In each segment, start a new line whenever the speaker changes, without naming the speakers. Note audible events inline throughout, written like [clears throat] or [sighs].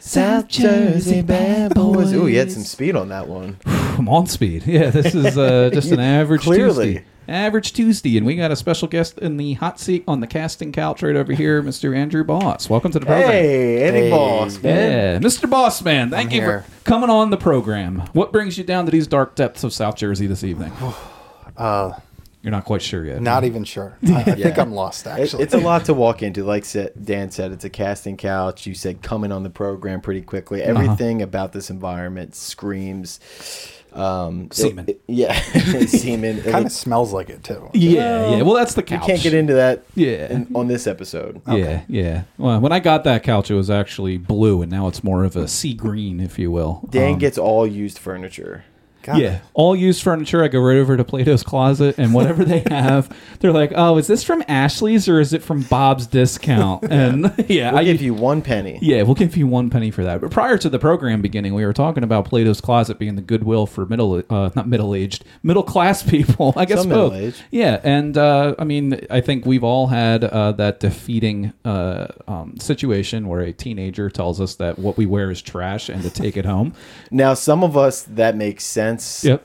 South Jersey bad boys. Ooh, you had some speed on that one.
I'm on speed. Yeah, this is
[laughs]
uh, just an average
Clearly.
Tuesday. Average Tuesday, and we got a special guest in the hot seat on the casting couch right over here, Mr. Andrew Boss. Welcome to the program.
Hey, any
Hey.
boss, man.
Yeah, Mr. Bossman, thank
I'm
you
here.
for coming on the program. What brings you down to these dark depths of South Jersey this
[sighs]
evening?
Uh,
You're not quite sure yet.
Not
[laughs]
even sure. I, I think I'm lost,
Mm-hmm. It-
actually.
it's a lot to walk into. Like sa- Dan said, it's a casting couch. You said coming on the program pretty quickly.
Uh-huh.
Everything about this environment screams um, it-
Semen.
it- yeah,
[laughs]
[laughs] semen. It-
kind of smells like it, too.
yeah, yeah. Well, that's the couch.
can't get into that.
Yeah. Mm-hmm.
in- on this episode.
Yeah, yeah. Well, when I got that couch, it was actually blue, and now it's more of a sea green, if you will.
Dan
Um,
gets all used furniture.
God.
Yeah, all used furniture. I go right over to Plato's Closet, and whatever they have, they're like, "Oh, is this from Ashley's or is it from Bob's Discount?" And [laughs] yeah,
I
I
give you one penny.
yeah, we'll give you one penny for that. But prior to the program beginning, we were talking about Plato's Closet being the goodwill for middle, uh, not middle aged, middle class [laughs] people. I guess
Some
both.
middle-aged.
Yeah, and uh, I mean, I think we've all had uh, that defeating uh, um, situation where a teenager tells us that what we wear is trash and to take it home.
Now, some of us that makes sense.
Yep.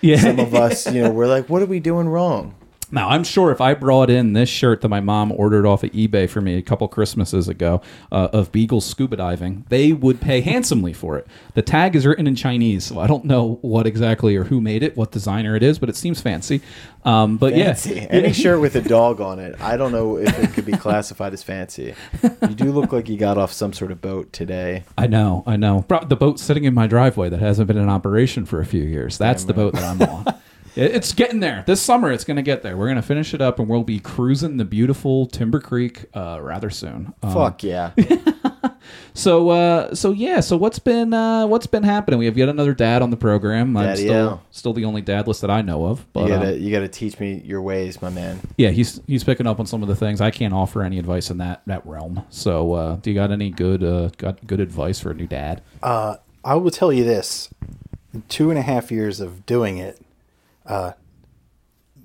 Yeah.
Some
[laughs]
of us, you know, we're like, what are we doing wrong?
Now, I'm sure if I brought in this shirt that my mom ordered off of eBay for me a couple Christmases ago uh, of Beagle scuba diving, they would pay handsomely for it. The tag is written in Chinese, so I don't know what exactly or who made it, what designer it is, but it seems fancy. Um, but
Fancy.
yeah,
Any shirt with a dog on it, I don't know if it could be classified
[laughs]
as fancy. You do look like you got off some sort of boat today.
I know, I know. Bro- The boat's sitting in my driveway that hasn't been in operation for a few years. That's the boat that I'm
[laughs]
on. It- It's getting there. This summer, it's going to get there. We're going to finish it up, and we'll be cruising the beautiful Timber Creek uh, rather soon. Um, [laughs]
Fuck yeah.
So uh, so yeah, so what's been uh, what's been happening? We have yet another dad on the program. I'm
Daddy
still
O.
still the only dad list that I know of. But
You
uh,
gotta, you gotta teach me your ways, my man.
yeah, he's he's picking up on some of the things. I can't offer any advice in that that realm. So uh, do you got any good uh, got good advice for a new dad?
Uh, I will tell you this: in two and a half years of doing it, uh,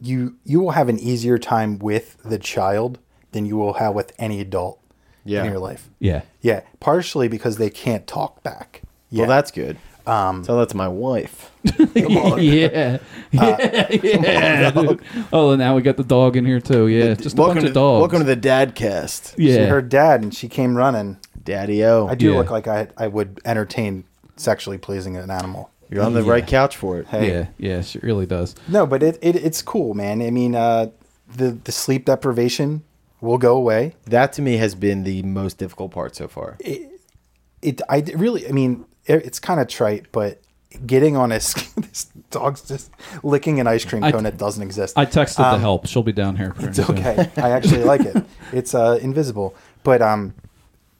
you you will have an easier time with the child than you will have with any adult
Yeah.
in your life.
Yeah.
Yeah, partially because they can't talk back. Yeah,
Well, that's good. Um, Tell that to my wife.
[laughs]
[laughs]
yeah.
Ah,
yeah. yeah, dude. Oh, and now we got the dog in here too. Yeah. Just a
welcome
bunch
to,
of dogs.
Welcome to the Dadcast.
she
yeah.
heard dad, and she came running.
Daddy O.
I do
Yeah.
look like I I would entertain sexually pleasing an animal.
You're on the
Yeah.
right couch for it.
Hey.
Yeah. Yeah. She really does.
No, but it, it it's cool, man. I mean, uh, the the sleep deprivation will go away.
That to me has been the most difficult part so far.
It I d- really, I mean, it, it's kind of trite, but getting on a [laughs] s- this dog's just licking an ice cream
I-
cone that doesn't exist.
I texted
Um,
the help. She'll be down here. pretty
It's
soon.
okay. I actually like it. It's uh, invisible, but um,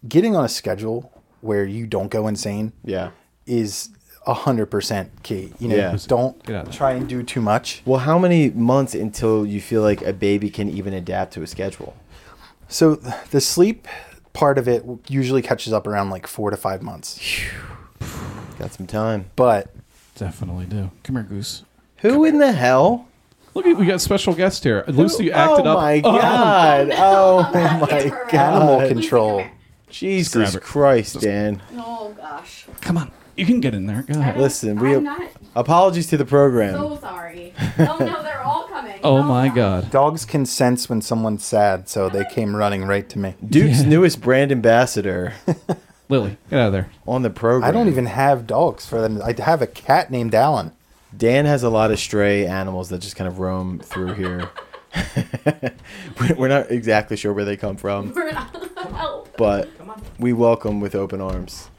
getting on a schedule where you don't go insane,
Yeah.
is hundred percent key. You know,
Yeah.
don't
Get out of there.
try and do too much.
Well, how many months until you feel like a baby can even adapt to a schedule?
So th- the sleep part of it usually catches up around like four to five months.
Got some time.
But
Definitely do. Come here, Goose.
Who in the hell?
Look, at, we got special guest here. Lucy acted
oh
up.
my
[laughs]
god! Oh my
animal
god!
control,
Jesus
Grab it.
Christ, Dan!
Oh gosh.
Come on, you can get in there. Go ahead.
Listen, we
I'm not
apologies to the program.
so sorry. Oh no, they're all coming.
Oh my God.
dogs can sense when someone's sad, so they came running right to me.
Duke's newest brand ambassador [laughs]
Lily, get out of there.
on the program.
I don't even have dogs for them. I have a cat named Alan.
Dan has a lot of stray animals that just kind of roam through here. [laughs] We're- We're not exactly sure where they come from,
We're not- [laughs] Help.
but we welcome with open arms.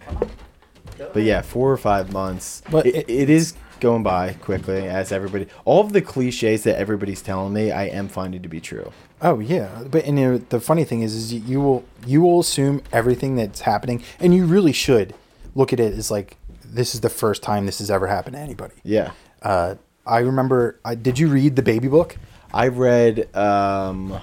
But yeah, four or five months.
But
it,
it-
it is going by quickly, as everybody. All of the cliches that everybody's telling me, I am finding to be true.
Oh yeah, but and you know, the funny thing is, is you- you will you will assume everything that's happening, and you really should look at it as like this is the first time this has ever happened to anybody.
Yeah,
Uh, I remember. I, did you read the baby book?
I read. um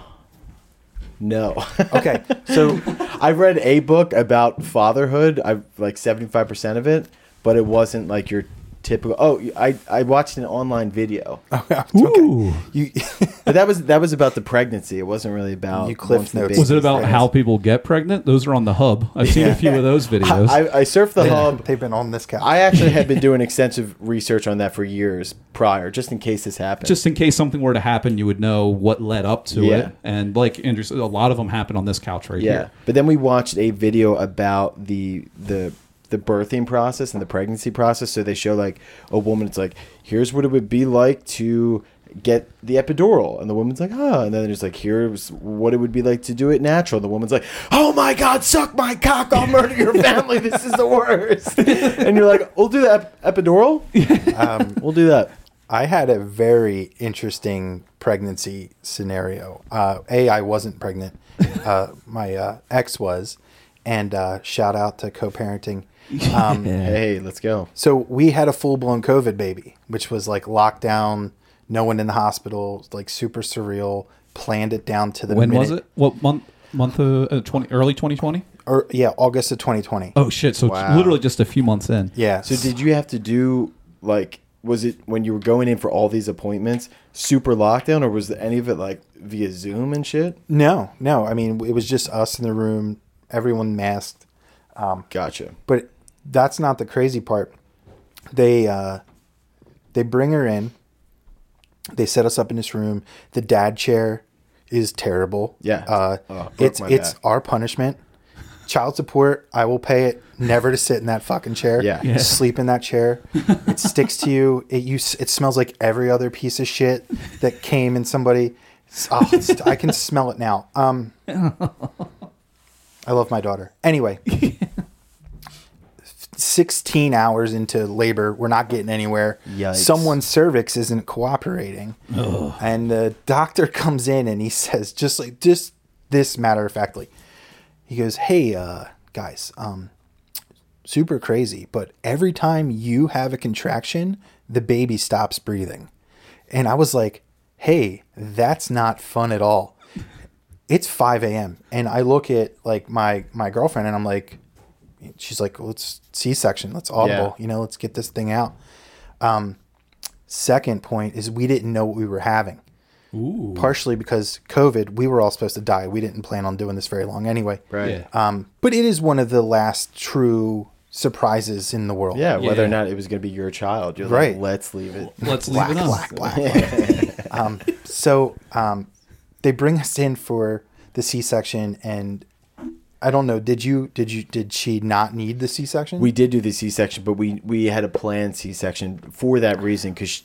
No, [laughs]
Okay,
so I read a book about fatherhood. I like seventy five percent of it, but it wasn't like your typical. Oh, I I watched an online video.
Okay.
Ooh.
You [laughs]
But that was that was about the pregnancy. It wasn't really about
You cliff
once the
notes.
baby's
Was it about
pregnant.
how people get pregnant? Those are on the hub. I've seen a few of those videos.
[laughs] I, I surfed the hub.
They've been on this couch.
I actually had been doing extensive research on that for years prior, just in case this happened.
just in case something were to happen, you would know what led up to
Yeah.
it. And like Andrew said, a lot of them happen on this couch right
yeah.
here.
But then we watched a video about the the the birthing process and the pregnancy process. So they show like a woman. It's like here's what it would be like to get the epidural, and the woman's like, ah, and then there's like here's what it would be like to do it natural. The woman's like, oh my god, suck my cock, I'll murder your family. this is the worst. and you're like, we'll do that ep- epidural. Um, we'll do that.
I had a very interesting pregnancy scenario. Uh, a, I wasn't
[laughs]
pregnant. Uh, my uh, ex was, and uh, shout out to co-parenting.
[laughs]
Um,
Hey, let's go.
So we had a full blown COVID baby, which was like lockdown, no one in the hospital, like super surreal. Planned it down to the
When
minute,
was it? What month? Month of uh, twenty, early twenty twenty.
Or Er, yeah, August of 2020.
Oh shit! So it's
Wow.
literally just a few months in.
Yeah.
So did you have to do like was it when you were going in for all these appointments super lockdown or was any of it like via Zoom and shit?
no, no. I mean, it was just us in the room, everyone masked.
Gotcha.
But that's not the crazy part. They uh, they bring her in. They set us up in this room. The dad chair is terrible.
Yeah.
Uh,
Oh, broke
it's
my
it's
back.
our punishment. Child support, I will pay it. Never to sit in that fucking chair.
Yeah. Yeah.
Sleep in that chair. It sticks to you. It you s- it smells like every other piece of shit that came in somebody. It's- Oh, it's- I can smell it now. Um, I love my daughter. Anyway, 16 hours into labor. We're not getting anywhere.
Yikes.
Someone's cervix isn't cooperating. And the doctor [laughs] comes in and he says, just like just this matter of factly, he goes, Hey, uh, guys, um, super crazy, but every time you have a contraction, the baby stops breathing. And I was like, Hey, that's not fun at all. It's 5 a.m. And I look at like my my girlfriend and I'm like, she's like, let's C section, let's audible,
Yeah.
you know, let's get this thing out. Um, second point is we didn't know what we were having. Partially because COVID, we were all supposed to die. We didn't plan on doing this very long anyway.
Right. Yeah.
Um, but it is one of the last true surprises in the world.
whether
Yeah.
or not it was going to be your child. You're
Right.
like, let's leave it.
Let's leave
Black,
it on.
black, black, black. um, so um, they bring us in for the C section, and I don't know. Did you? Did you? Did she not need the C section?
We did do the C-section, but we we had a planned C-section for that reason cuz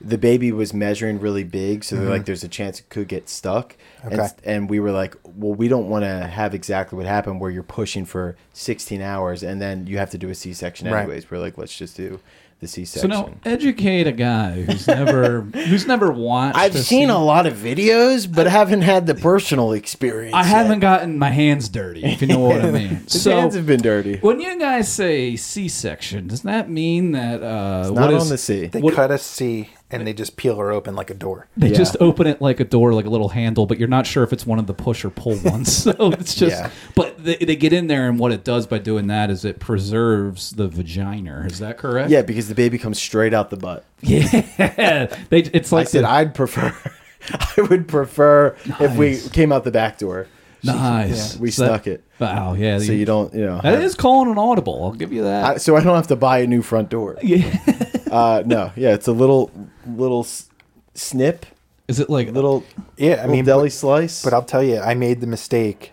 the baby was measuring really big, so they're like there's a chance it could get stuck. And,
Mm-hmm. Okay.
s- and we were like, well, we don't want to have exactly what happened where you're pushing for 16 hours and then you have to do a C-section
Right.
anyways. We're like, let's just do the
So
C-section.
now educate a guy who's never who's
[laughs]
never watched.
I've
a
seen
scene.
a lot of videos, but haven't had the personal experience.
I haven't
yet.
gotten my hands dirty, if you know
[laughs]
what I mean.
His
so
hands have been dirty.
when you guys say C-section, does that mean that uh, it's
Not on the sea.
They
what-
cut a C, and they just peel her open like a door.
They
Yeah.
just open it like a door, like a little handle, but you're not sure if it's one of the push or
[laughs]
pull ones. [laughs] So it's just,
Yeah.
but they, they get in there, and what it does by doing that is it preserves the vagina. Is that correct?
Yeah, because the baby comes straight out the butt.
[laughs] yeah. They, it's
I
like
said
the-
I'd prefer. [laughs] I would prefer if we
Nice.
came out the back door.
nice.
Yeah, we
So that-
snuck it.
Wow. Yeah.
So you don't, you know.
That
have-
is calling an audible. I'll give you that.
I, so I don't have to buy a new front door.
yeah.
[laughs] Uh, no, yeah, it's a little little s- snip,
Is it like
little
Yeah, I
little
mean,
deli slice.
But I'll tell you, I made the mistake,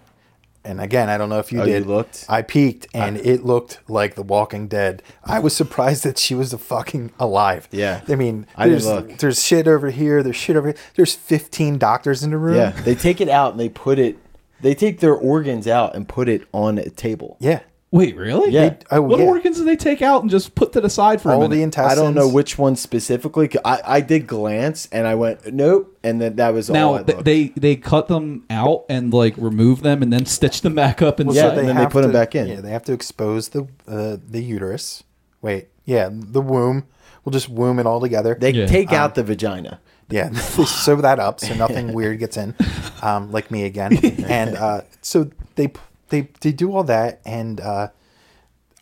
and again, I don't know if you
Oh, you
did.
looked?
I peeked, and it looked like The Walking Dead. I was surprised that she was a fucking alive.
Yeah.
I mean,
I didn't
there's
look.
there's shit over here. There's shit over here. There's 15 doctors in the room.
yeah, they take it out and they put it. They take their organs out and put it on a table.
yeah.
Wait, really?
Yeah. They-
oh,
what
yeah.
organs do they take out and just put to the side for
All
a
the
minute?
I
intestines.
don't know which one specifically. 'cause I, I did glance and I went nope, and then that was all.
now
I
th-
looked.
they they cut them out and like remove them and then stitch them back up and
Yeah,
So
and then they
have
put 'em
to-
back in.
Yeah, they have to expose the uh, the uterus. Wait, yeah, the womb. We'll just womb it all together.
they
Yeah.
take out the vagina.
Yeah, [laughs] they sew that up so nothing weird gets in, um, like me again. And uh, so they they they do all that, and uh,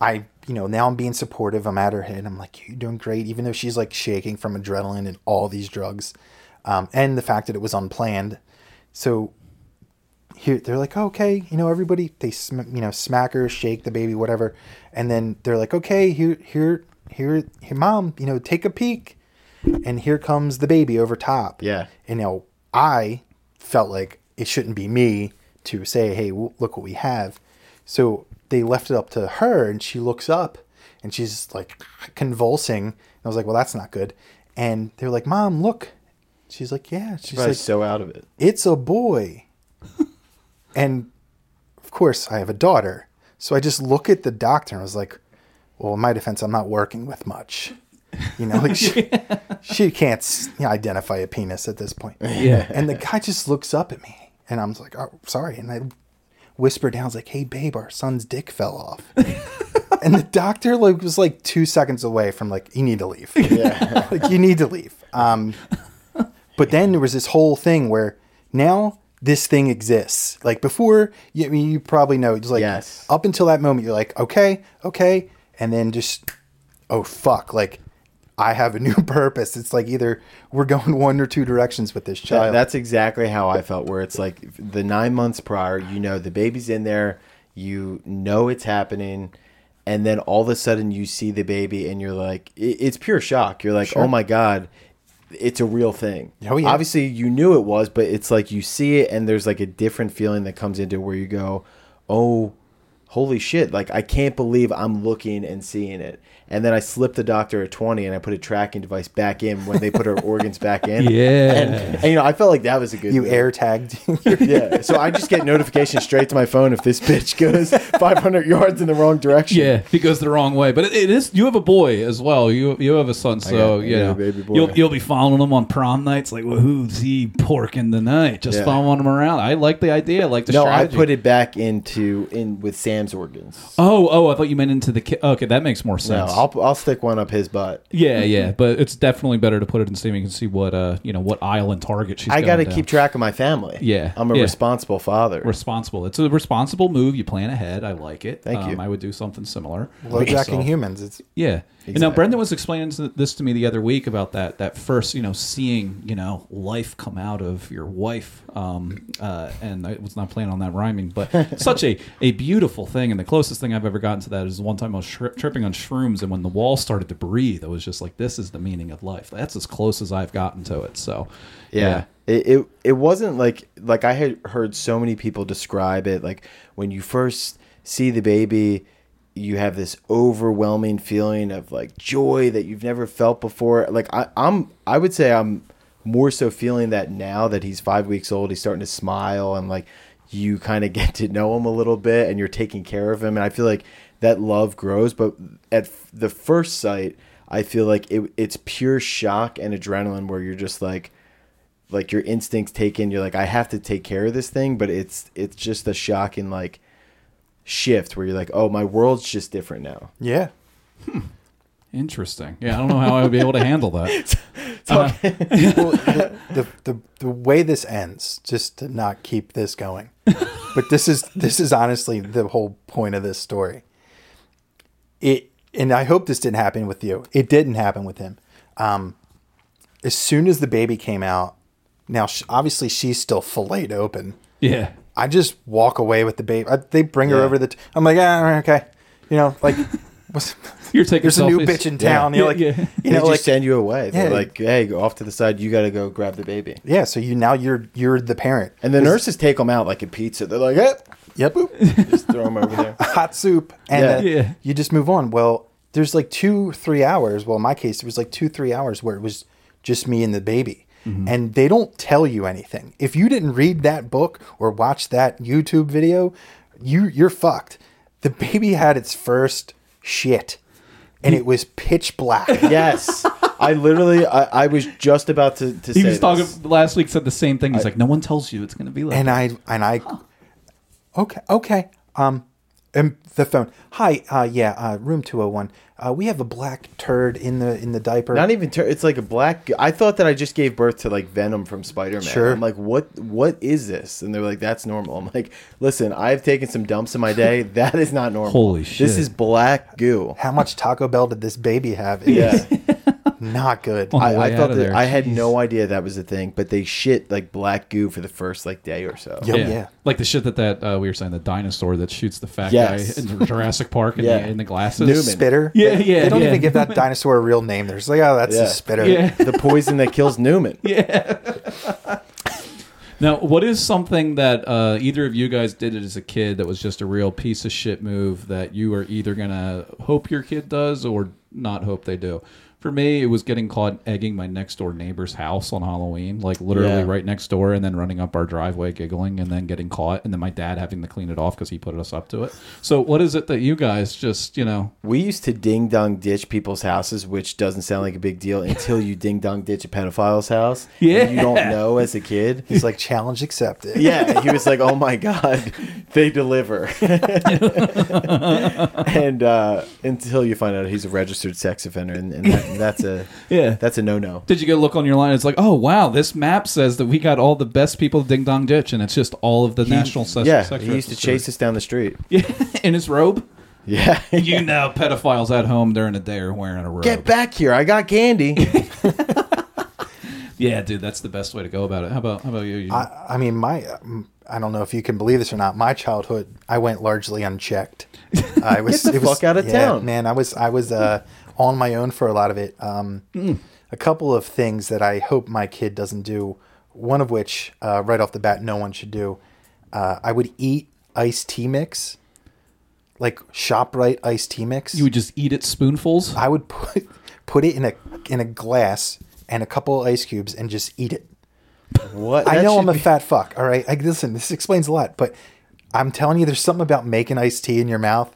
I you know now I'm being supportive. I'm at her head. I'm like, you're doing great, even though she's like shaking from adrenaline and all these drugs. um, and the fact that it was unplanned. So here they're like, okay, you know, everybody they sm- you know smack her, shake the baby, whatever, and then they're like, okay, here here here, here mom, you know, take a peek, and here comes the baby over top.
Yeah.
and you know, I felt like it shouldn't be me to say, hey, w- look what we have. So they left it up to her, and she looks up, and she's like convulsing. And I was like, well, that's not good. And they're like, mom, look. She's like, yeah. She's
Probably
like,
so out of it.
it's a boy. [laughs] and of course, I have a daughter. So I just look at the doctor and I was like, well, in my defense, I'm not working with much. You know, like she, she can't s- you know, identify a penis at this point.
Yeah.
[laughs]
[laughs] And the guy just looks up at me and I'm like, oh, sorry. And I whisper down, I was like, hey, babe, our son's dick fell off.
[laughs]
and the doctor like was like two seconds away from like, you need to leave. Yeah. [laughs] like, you need to leave. Um, but then there was this whole thing where now this thing exists. Like before, you, I mean, you probably know. It's like
Yes.
up until that moment, you're like, okay, okay, and then just, oh fuck, like I have a new [laughs] purpose. It's like either we're going one or two directions with this
That-
child.
that's exactly how I felt. Where it's like the nine months prior, you know, the baby's in there, you know it's happening, and then all of a sudden you see the baby, and you're like, it, it's pure shock. You're like, oh my god, it's a real thing.
Oh, yeah.
Obviously, you knew it was, but it's like you see it, and there's like a different feeling that comes into where you go, oh. Holy shit, like I can't believe I'm looking and seeing it. And then I slipped the doctor a 20 and I put a tracking device back in when they put
[laughs]
her organs back in.
Yeah.
And and, you know, I felt like that was a good.
you
move.
air tagged. [laughs]
Yeah. So I just get notifications straight to my phone if this bitch goes 500 yards in the wrong direction.
Yeah, if he goes the wrong way. But it, it is you have a boy as well. You you have a son, so
got- I
you
got
know
a baby boy.
you'll you'll be following him on prom nights. Like, well, who's he porking the night? Just
Yeah.
following him around. I like the idea. I like the
No,
strategy.
I put it back into in with Sam's organs.
Oh, oh, I thought you meant into the kid. Okay, that makes more
No,
sense.
I'll I'll stick one up his butt.
yeah, yeah, but it's definitely better to put it in so you can see what uh you know what aisle and target she's.
I
going
got to
down.
keep track of my family.
Yeah,
I'm a
yeah.
responsible father.
responsible. It's a responsible move. You plan ahead. I like it. Um,
Thank you.
I would do something similar.
Lowjacking
So-
humans. It's
Yeah. And now
Exactly.
Brendan was explaining to- this to me the other week about that that first, you know, seeing, you know, life come out of your wife. Um, uh, and I was not planning on that rhyming,
[laughs]
but such a, a beautiful thing. And the closest thing I've ever gotten to that is one time I was shri tripping on shrooms, and when the wall started to breathe, I was just like, "This is the meaning of life." That's as close as I've gotten to it. So,
yeah. It, it it wasn't like like I had heard so many people describe it like when you first see the baby you have this overwhelming feeling of like joy that you've never felt before like I, I'm I would say I'm more so feeling that now that he's five weeks old he's starting to smile and like you kind of [laughs] get to know him a little bit and you're taking care of him and I feel like that love grows but at f- the first sight I feel like it, it's pure shock and adrenaline where you're just like like your instincts take in you're like i have to take care of this thing but it's it's just a shocking like shift where you're like oh my world's just different now
yeah.
Interesting. Yeah, I don't know how I would be able to handle
[laughs]
that.
well, [laughs] the, the, the, the way this ends, just to not keep this going, but this is this is honestly the whole point of this story. It and I hope this didn't happen with you. It didn't happen with him. Um, as soon as the baby came out, now sh obviously she's still filleted open.
Yeah.
I just walk away with the baby. I, they bring her
Yeah.
over the. T- I'm like, ah, all right, okay, you know,
[laughs]
like, what's,
You're taking
there's a new
selfies.
bitch in
Yeah.
town. You're like,
Yeah, yeah.
they
you know,
just
like
send you away they're
Yeah.
like hey go off to the side you gotta go grab the baby
yeah. So you now you're you're the parent,
and the
This-
nurses take them out like a pizza they're like eh,
Yep.
just throw them over there
Hot soup. And
Yeah.
uh,
Yeah.
you just move on. Well, there's like two, three hours. Well, in my case, it was like two, three hours where it was just me and the baby.
Mm-hmm.
And they don't tell you anything. If you didn't read that book or watch that YouTube video, you you're fucked. The baby had its first shit. And it was pitch
[laughs]
black. [laughs]
yes i literally i, I was just about to, to
He
say
was talking
this.
last week. Said the same thing. He's like, "No one tells you it's going to be like."
and I and I okay okay um and the phone hi uh yeah uh room 201 uh we have a black turd in the in the diaper
not e- even ter- it's like a black i thought that i just gave birth to like venom from spider-man
Sure.
i'm like what what is this and they're like that's normal i'm like listen i've taken some dumps in my
[laughs]
day that is not normal
Holy shit.
this is black goo
how much taco bell did this baby have It
yeah
is Not good.
On the
I,
way
I
out
thought
of
that
there.
I had no idea that was a thing, but they shit like black goo for the first like day or so.
Yep. Oh, yeah.
Like the shit that that uh, we were saying the dinosaur that shoots the fat
Yes.
guy in Jurassic Park
[laughs]
in,
Yeah.
the, in the glasses.
Newman.
Spitter.
Yeah,
They-
yeah,
They don't
yeah.
even give that dinosaur a real name. They're just like, oh, that's
Yeah.
a spitter.
Yeah.
the poison that
[laughs]
kills Newman.
Now, what is something that uh, either of you guys did as a kid that was just a real piece of shit move that you are either gonna hope your kid does or not hope they do? For me, it was getting caught egging my next door neighbor's house on Halloween, like literally
Yeah.
right next door, and then running up our driveway giggling, and then getting caught, and then my dad having to clean it off because he put us up to it. So, what is it that you guys just, you know,
We used to ding dong ditch people's houses, which doesn't sound like a big deal until you ding dong ditch a pedophile's house. and
Yeah.
you
[laughs]
don't know as a kid.
He's like, challenge accepted.
Yeah, and he was like, "Oh my god, [laughs] they deliver." [laughs] and uh, until you find out he's a registered sex offender, and, and, that, and that's a
[laughs] Yeah.
that's a no no.
Did you go look on your line? It's like, oh wow, this map says that we got all the best people to Ding Dong Ditch, and it's just all of the national. Sex,
Yeah,
sex
he used to chase
offenders.
us down the street.
Yeah, [laughs] in his robe.
[laughs] Yeah,
You know, pedophiles at home during the day are wearing a robe.
get back here! I got candy.
Yeah, dude, that's the best way to go about it. How about how about you? you
I, I mean, my, um, I don't know if you can believe this or not. My childhood, I went
[laughs]
largely unchecked. I was
the
it was-
fuck out of
yeah,
town.
man. I was I was uh, on my own for a lot of it. Um,
Mm.
A couple of things that I hope my kid doesn't do. One of which, uh, right off the bat, no one should do. Uh, I would eat iced tea mix, like Shoprite iced tea mix.
you would just eat it spoonfuls.
I would put [laughs] put it in a in a glass and a couple of ice cubes and just eat it.
[laughs] What?
I
That
know
should
I'm a
be-
fat fuck. All right. Like, listen, this explains a lot, but I'm telling you, there's something about making iced tea in your mouth.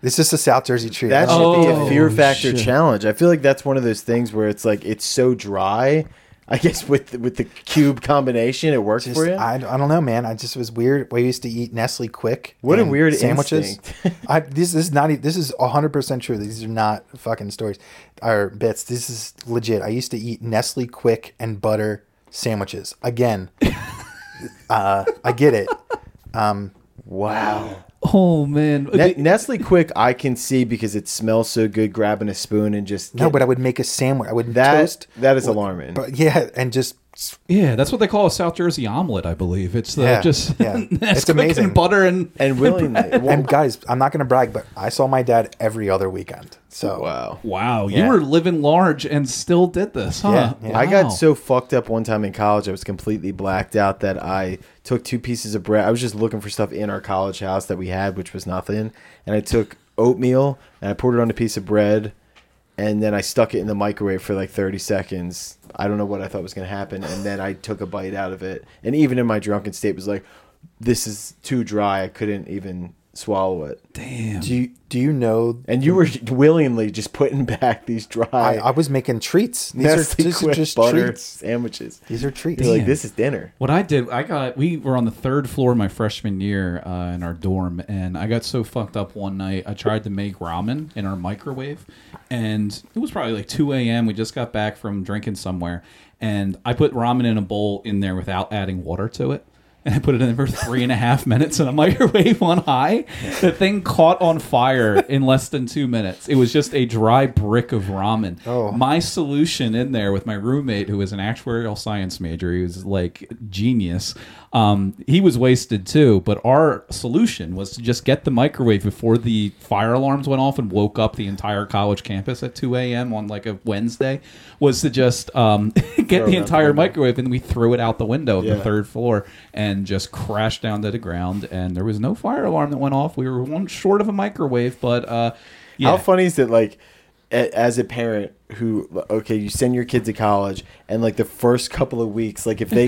This is a South Jersey treat.
[laughs] That should
I don't-
be
Oh,
a fear factor
shit.
challenge. I feel like that's one of those things where it's like it's so dry. I guess with with the cube combination, it works
just-
for you.
I, I don't know, man. I just was weird. We used to eat Nestle Quick.
What a
and
weird
sandwiches.
instinct. [laughs]
I, this is not. e- This is 100 percent true. These are not fucking stories or bits. This is legit. I used to eat Nestle Quick and butter sandwiches.
[laughs]
Again, uh, I get it.
wow.
oh man,
Ne- Nestle Quick, I can see because it smells so good. Grabbing a spoon and just
No,
get-
but I would make a sandwich. I would
that
toast.
that is alarming.
But yeah, and just
yeah, that's what they call a South Jersey omelet, I believe. It's the
Yeah,
just
yeah.
[laughs]
It's
Nesquik
amazing.
and butter and
and willingly,
[laughs] and guys, I'm not gonna brag, but I saw my dad every other weekend. So
wow.
wow, you
Yeah.
were living large and still did this, huh?
Yeah,
I
Wow.
got so fucked up one time in college. I was completely blacked out that I took two pieces of bread. I was just looking for stuff in our college house that we had, which was nothing. And I took oatmeal and I poured it on a piece of bread. And then I stuck it in the microwave for like 30 seconds. I don't know what I thought was going to happen. And then I took a bite out of it. And even in my drunken state, was like, this is too dry. I couldn't even swallow it.
damn.
do you do you know
And you were willingly just putting [laughs] back these dry.
I, I was making treats. These
Nestle
are these are
Quick
just
butter
treats.
sandwiches.
These are treats.
You're like,
Damn.
this is dinner.
What I did, I got. We were on the third floor my freshman year uh, in our dorm, and I got so fucked up one night. I tried to make ramen in our microwave, and it was probably like two a.m. We just got back from drinking somewhere, and I put ramen in a bowl in there without adding water to it. And I put it in for three and a half minutes in a [laughs] microwave on high. The thing caught on fire in less than two minutes. It was just a dry brick of ramen.
Oh.
My solution in there with my roommate, who was an actuarial science major, he was like genius. Um, he was wasted too, but our solution was to just get the microwave before the fire alarms went off and woke up the entire college campus at 2 a.m. on like a Wednesday. Was to just um, [laughs] get
it out
the
the
entire
window.
microwave and we threw it out the window of the
Yeah.
third floor and just crashed down to the ground. And there was no fire alarm that went off. We were one short of a microwave, but uh, yeah.
How funny is it? Like, a- as a parent who, okay, you send your kid to college, and like the first couple of weeks, like
[laughs]
if they,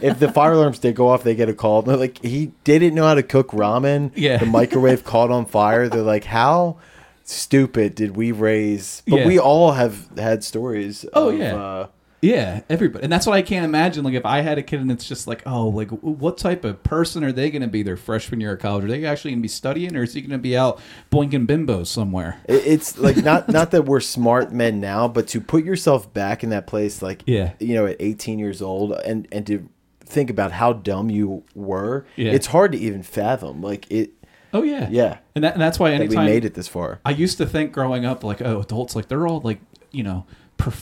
if the fire alarms did go off, they get a call. They're like, he didn't know how to cook ramen.
Yeah. [laughs]
the microwave caught on fire. They're like, how stupid did we raise? But
Yeah.
we all have had stories.
Oh,
of,
yeah.
Uh,
Yeah, everybody, and that's what I can't imagine. Like, if I had a kid, and it's just like, oh, like, w- what type of person are they going to be their freshman year of college? Are they actually going to be studying, or is he going to be out boinking bimbos somewhere?
It- it's like
[laughs]
not not that we're smart men now but to put yourself back in that place like
Yeah.
you know at 18 years old and and to think about how dumb you were
Yeah.
it's hard to even fathom like it
Oh yeah,
Yeah.
and, that, and that's why
that we
anytime
made it this far
I used to think growing up, like, oh, adults, like they're all like, you know,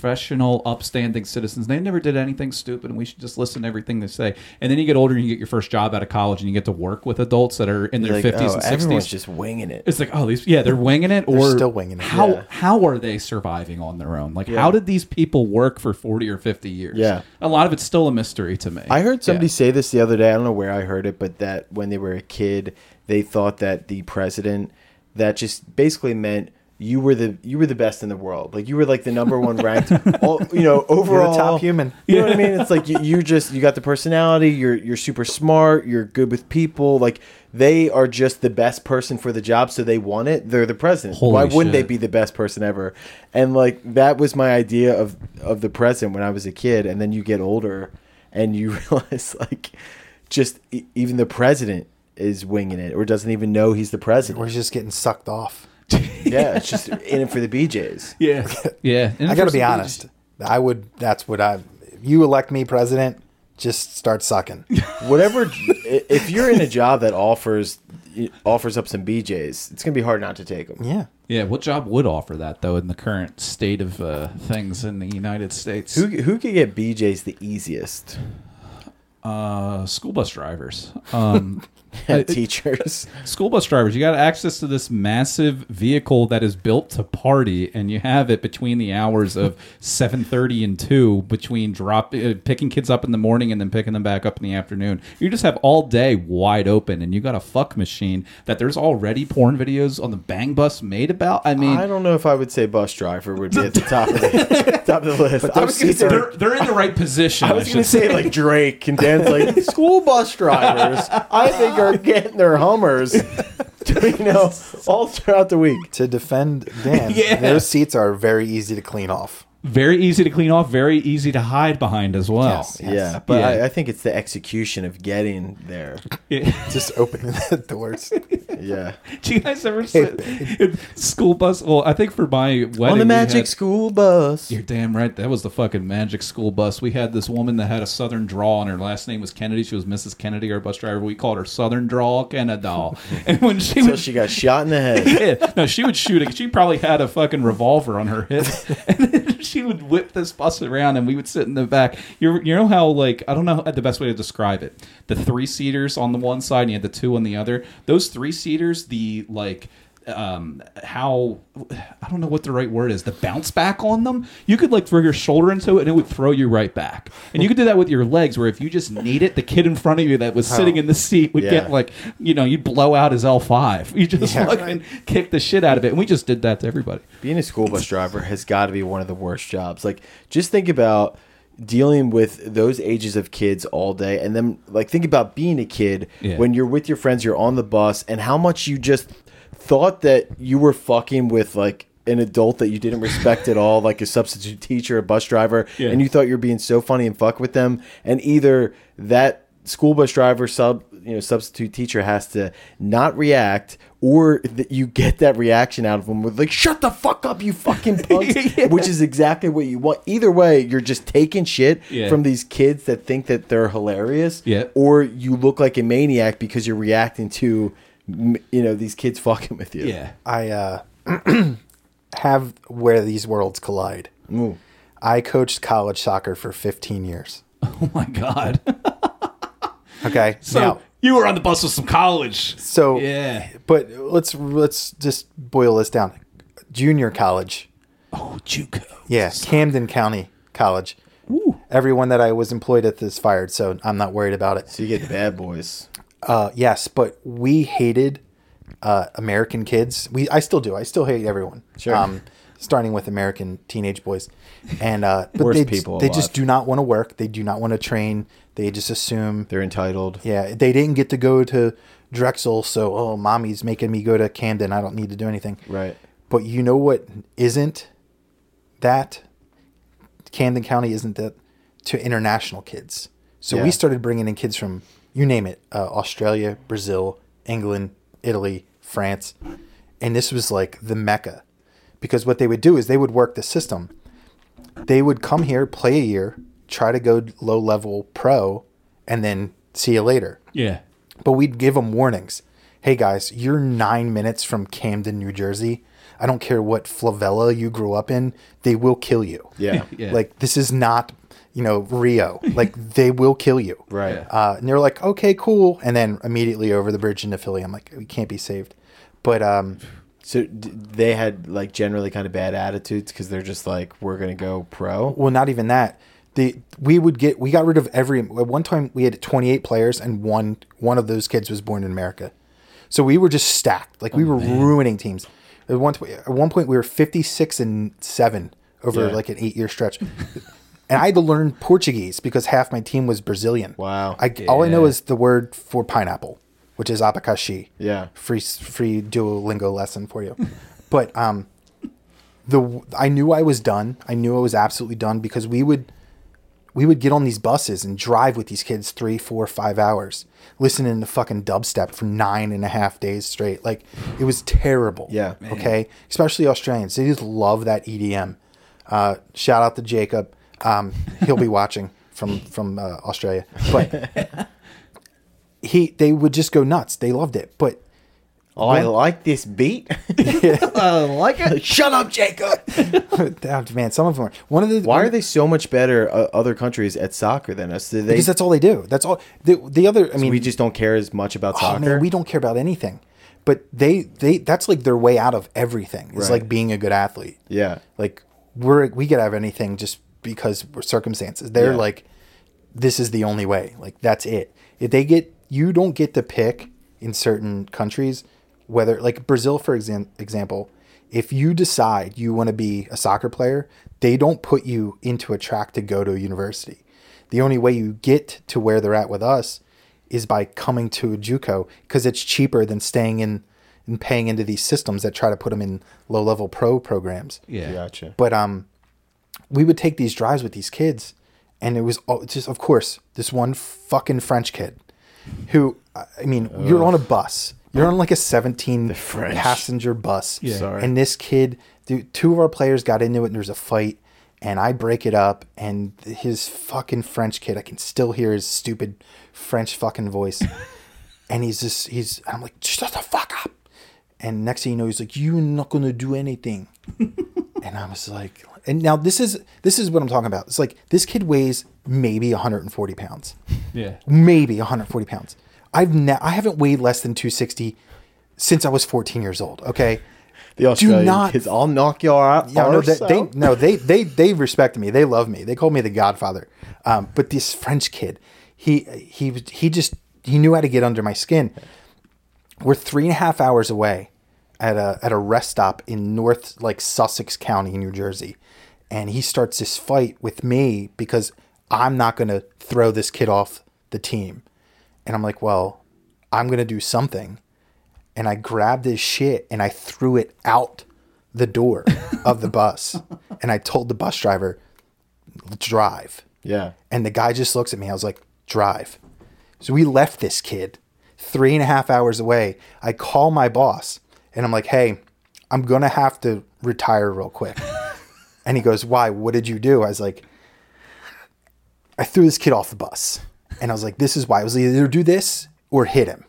professional, upstanding citizens. They never did anything stupid, and we should just listen to everything they say. And then you get older and you get your first job out of college, and you get to work with adults that are in their
Like,
fifties
oh,
and
everyone's
sixties.
just winging it.
It's like, oh, these yeah, they're winging it, or
still winging it,
How
yeah.
how are they surviving on their own? Like, how did these people work for forty or fifty years?
Yeah.
a lot of it's still a mystery to me.
I heard somebody
Yeah.
say this the other day. I don't know where I heard it, but that when they were a kid, they thought that the president that just basically meant you were the you were the best in the world. Like you were like the
[laughs]
number one ranked, all, you know, overall
top human.
You know what I mean? It's like you, you just you got the personality. You're you're super smart. You're good with people. Like they are just the best person for the job, so they want it. They're the president.
Holy
Why wouldn't
shit.
they be the best person ever? And like that was my idea of of the president when I was a kid. And then you get older, and you [laughs] realize like just e- even the president is winging it or doesn't even know he's the
We're
president.
just getting sucked off.
yeah, it's just in it for the BJ's.
yeah, yeah. And
I got to
for
be
some-
honest. I would. That's what I. if You elect me president. Just start
[laughs]
sucking.
Whatever, i- if you're in a job that offers offers up some BJ's, it's gonna be hard not to take them.
Yeah.
Yeah, what job would offer that though in the current state of uh, things in the United States?
Who who could get BJ's the easiest?
Uh, school bus drivers. Um,
And teachers.
school bus drivers, you got access to this massive vehicle that is built to party, and you have it between the hours of
[laughs]
seven thirty and two, between drop uh, picking kids up in the morning and then picking them back up in the afternoon. You just have all day wide open, and you got a fuck machine that there's already porn videos on the bang bus made about. I mean,
I don't know if I would say bus driver would be at the top of the, top of the list. I
those kids, they're, they're in the right position.
I was
I
gonna
should
say like Drake and Dan's like [laughs] school bus drivers. I think are getting their Hummers, [laughs] you know, all throughout the week.
To defend
[laughs]
Dan,
Yeah.
those seats are very easy to clean off.
very easy to clean off, very easy to hide behind as well.
Yes.
Yeah, but
Yeah.
I, I think it's the execution of getting there.
Yeah.
Just opening [laughs] the doors.
[laughs] Yeah,
[laughs] Do you guys ever sit in school bus? Well, I think for my wedding,
on the
we
magic
had-
school bus. [laughs]
You're damn right. That was the fucking magic school bus. We had this woman that had a southern drawl, and her last name was Kennedy. She was Mrs. Kennedy, our bus driver. We called her Southern Drawl Kennedy. And when she
Until
was
she got shot in the head.
yeah. No, she would shoot it. She probably had a fucking revolver on her hip, [laughs] and then she would whip this bus around, and we would sit in the back. You you know how like I don't know the best way to describe it. The three seaters on the one side, and you had the two on the other. Those three seaters, the like. Um, how I don't know what the right word is. The bounce back on them, you could like throw your shoulder into it and it would throw you right back. And you could do that with your legs, where if you just need it, the kid in front of you that was sitting in the seat would
Yeah.
get like, you know, you'd blow out his L five. [laughs] You just
Yeah.
fucking kick the shit out of it. And we just did that to everybody.
Being a school bus driver has got to be one of the worst jobs. Like, just think about dealing with those ages of kids all day, and then like think about being a kid
Yeah.
when you're with your friends, you're on the bus, and how much you just thought that you were fucking with like an adult that you didn't respect at all, like a substitute teacher, a bus driver,
Yeah.
and you thought you were being so funny and fuck with them, and either that school bus driver sub you know substitute teacher has to not react or that you get that reaction out of them with like shut the fuck up
[laughs]
you fucking punks which is exactly what you want either way you're just taking shit
Yeah.
from these kids that think that they're hilarious
Yeah.
or you look like a maniac because you're reacting to m- you know these kids [laughs] fucking with you
I uh, [clears throat] have where these worlds collide. I coached college soccer for 15 years.
[laughs] Oh my god. [laughs]
Okay.
So
now-
you were on the bus with some college.
so
yeah.
But let's let's just boil this down. Junior college.
Oh, JUCO.
Yeah, Camden County College. Everyone that I was employed at is fired, so I'm not worried about it.
so you get the bad boys
Uh, yes, but we hated uh, American kids. We I still do. I still hate everyone.
Sure.
Um, starting with American teenage boys, and uh, but
Worst
they,
people
They
alive.
just do not want to work. They do not want to train. They just assume.
they're entitled
Yeah, they didn't get to go to Drexel, so oh, mommy's making me go to Camden. I don't need to do anything.
right
[laughs] But you know what isn't that? Camden County isn't that to international kids. So
Yeah.
we started bringing in kids from, you name it, uh, Australia, Brazil, England, Italy, France. And this was like the mecca. Because what they would do is they would work the system. They would come here, play a year, try to go low level pro, and then see you later
Yeah.
but we'd give them warnings. Hey guys, you're nine minutes from Camden, New Jersey. I don't care what flavella you grew up in, they will kill you.
Yeah.
Yeah.
Like this is not, you know,
[laughs]
Rio. Like they will kill you.
Right.
Yeah.
Uh, and they were like, okay, cool. And then immediately over the bridge into Philly, I'm like, we can't be saved. But um,
So d- they had like generally kind of bad attitudes because they're just like, we're gonna go pro.
well, not even that. The we would get we got rid of every at one time we had 28 players and one one of those kids was born in America, so we were just stacked. Like we
Oh,
were ruining teams. At one t- at one point we were 56 and seven over
Yeah.
like an eight year stretch. And I had to learn Portuguese because half my team was Brazilian.
Wow.
I, All I know
Yeah.
is the word for pineapple, which is abacaxi.
Yeah.
Free free Duolingo lesson for you. but um, the I knew I was done. I knew I was absolutely done because we would we would get on these buses and drive with these kids three, four, five hours, listening to fucking dubstep for nine and a half days straight. Like it was terrible.
Yeah. Man.
Okay. Especially Australians. They just love that EDM. Uh, shout out to Jacob. Um, he'll be [laughs] watching from from uh, Australia, but [laughs] he they would just go nuts. They loved it, but
I like this [laughs]
[laughs]
beat. I like it. Shut up, Jacob.
oh, man, some of them are one of the
Why are they so much better uh, other countries at soccer than us? Do they
because that's all they do. That's all the the other. I mean,
we just don't care as much about
oh,
soccer.
man, we don't care about anything. But they they that's like their way out of everything. It's
Right.
like being a good athlete.
yeah.
Like we're we get out of anything just because we're circumstances. They're
Yeah.
like, this is the only way. Like that's it. If they get you don't get to pick in certain countries whether like Brazil for exam- example, if you decide you want to be a soccer player, they don't put you into a track to go to a university. The only way you get to where they're at with us is by coming to a JUCO because it's cheaper than staying in and paying into these systems that try to put them in low-level pro programs.
yeah.
Gotcha.
But um, we would take these drives with these kids, and it was all, just, of course, this one fucking French kid, who, I I mean, you're on a bus, you're on like a 17
French.
passenger bus,
Yeah. Sorry.
and this kid, dude, two of our players got into it, and there was a fight, and I break it up, and his fucking French kid, I can still hear his stupid French
[laughs]
fucking voice. And he's just, he's, I'm like, shut the fuck up. And next thing you know, he's like, you're not going to
[laughs]
do anything. and I was like, and now this is, this is what I'm talking about. It's like, this kid weighs maybe 140 pounds,
Yeah.
maybe 140 pounds. I've ne- I haven't weighed less than 260 since I was 14 years old. Okay.
The Australian
not-
kids, I'll knock your out.
Yeah, no, they, they no, they they they respect me. They love me. They call me the Godfather. Um, but this French kid, he he was- he just he knew how to get under my skin. We're three and a half hours away at a at a rest stop in North like Sussex County, New Jersey, and he starts this fight with me because I'm not going to throw this kid off the team, and I'm like, well, I'm going to do something and I grabbed his shit and I threw it out the door of the bus. And I told the bus driver, drive.
yeah.
And the guy just looks at me. I was like, drive. So we left this kid three and a half hours away. I call my boss and I'm like, hey, I'm going to have to retire
[laughs]
real quick. and he goes, why? What did you do? I was like, I threw this kid off the bus. And I was like, this is why. I was either do this or hit him.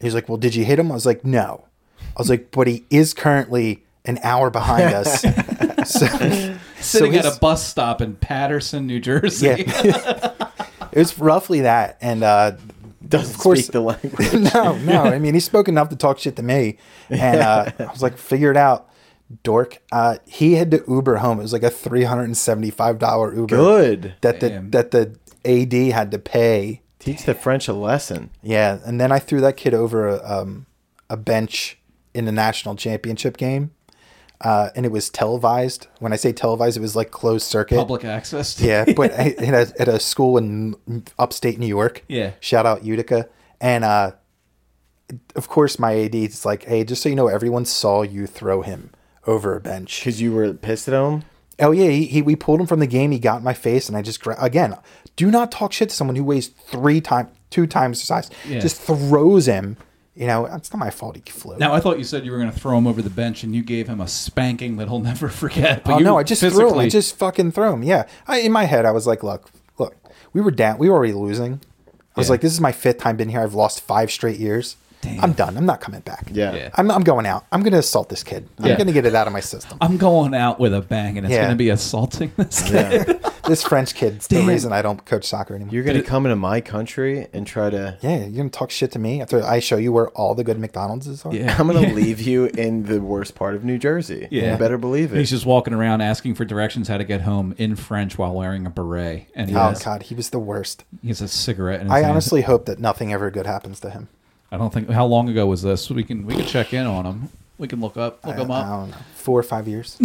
He's like, well, did you hit him? I was like, no. I was like, but he is currently an hour behind
[laughs]
us. so,
Sitting
so
at
his-
a bus stop in Patterson, New Jersey.
yeah. [laughs] it was roughly that. And uh,
Doesn't
of course-
speak the language.
[laughs] no, no. I mean, he spoke enough to talk shit to me. And uh, I was like, figure it out, dork. Uh, he had to Uber home. It was like a $375 Uber.
Good.
That
Damn.
the, that the AD had to pay.
Teach the French a lesson.
Yeah. And then I threw that kid over a, um, a bench in the national championship game. Uh, and it was televised. When I say televised, it was like closed
[laughs]
circuit.
Public access. To [laughs]
Yeah, but I- at a, at a school in upstate New York.
Yeah.
Shout out Utica. And uh, of course, my AD is like, hey, just so you know, everyone saw you throw him over a bench.
Because you were pissed at him?
Oh, yeah. He, he, we pulled him from the game. He got in my face. And I just, gra- again, do not talk shit to someone who weighs three times, two times the size.
Yeah.
Just throws him. You know, it's not my fault he flew.
Now I thought you said you were going to throw him over the bench, and you gave him a spanking that he'll [laughs] never forget. But
oh
you
no, I just threw him. I
physically-
just fucking threw him. Yeah. I, in my head, I was like, look, look, we were down. We were already losing. I was
Yeah.
like, this is my fifth time been here. I've lost five straight years. I'm done. I'm not coming back.
Yeah.
Yeah.
I'm, I'm going out. I'm going to assault this kid. I'm
Yeah.
going to get it out of
[laughs]
my system.
I'm going out with a bang, and it's
Yeah.
going to be assaulting this kid.
[laughs]
this French kid's the
Damn.
reason I don't coach soccer anymore.
You're gonna come into my country and try to.
yeah, you're going to talk shit to me after I show you where all the good McDonald's are?
Yeah.
I'm gonna leave you in the worst part of New Jersey.
Yeah.
You better believe it.
He's just walking around asking for directions how to get home in French while wearing a beret, and he,
Oh,
has,
God. He was the worst.
he has a cigarette. In his
I
hand.
honestly hope that nothing ever good happens to him.
I don't think. How long ago was this? We can we can check in on him. We can look up look
I,
him
I
up.
don't know. Four or five
[laughs]
years.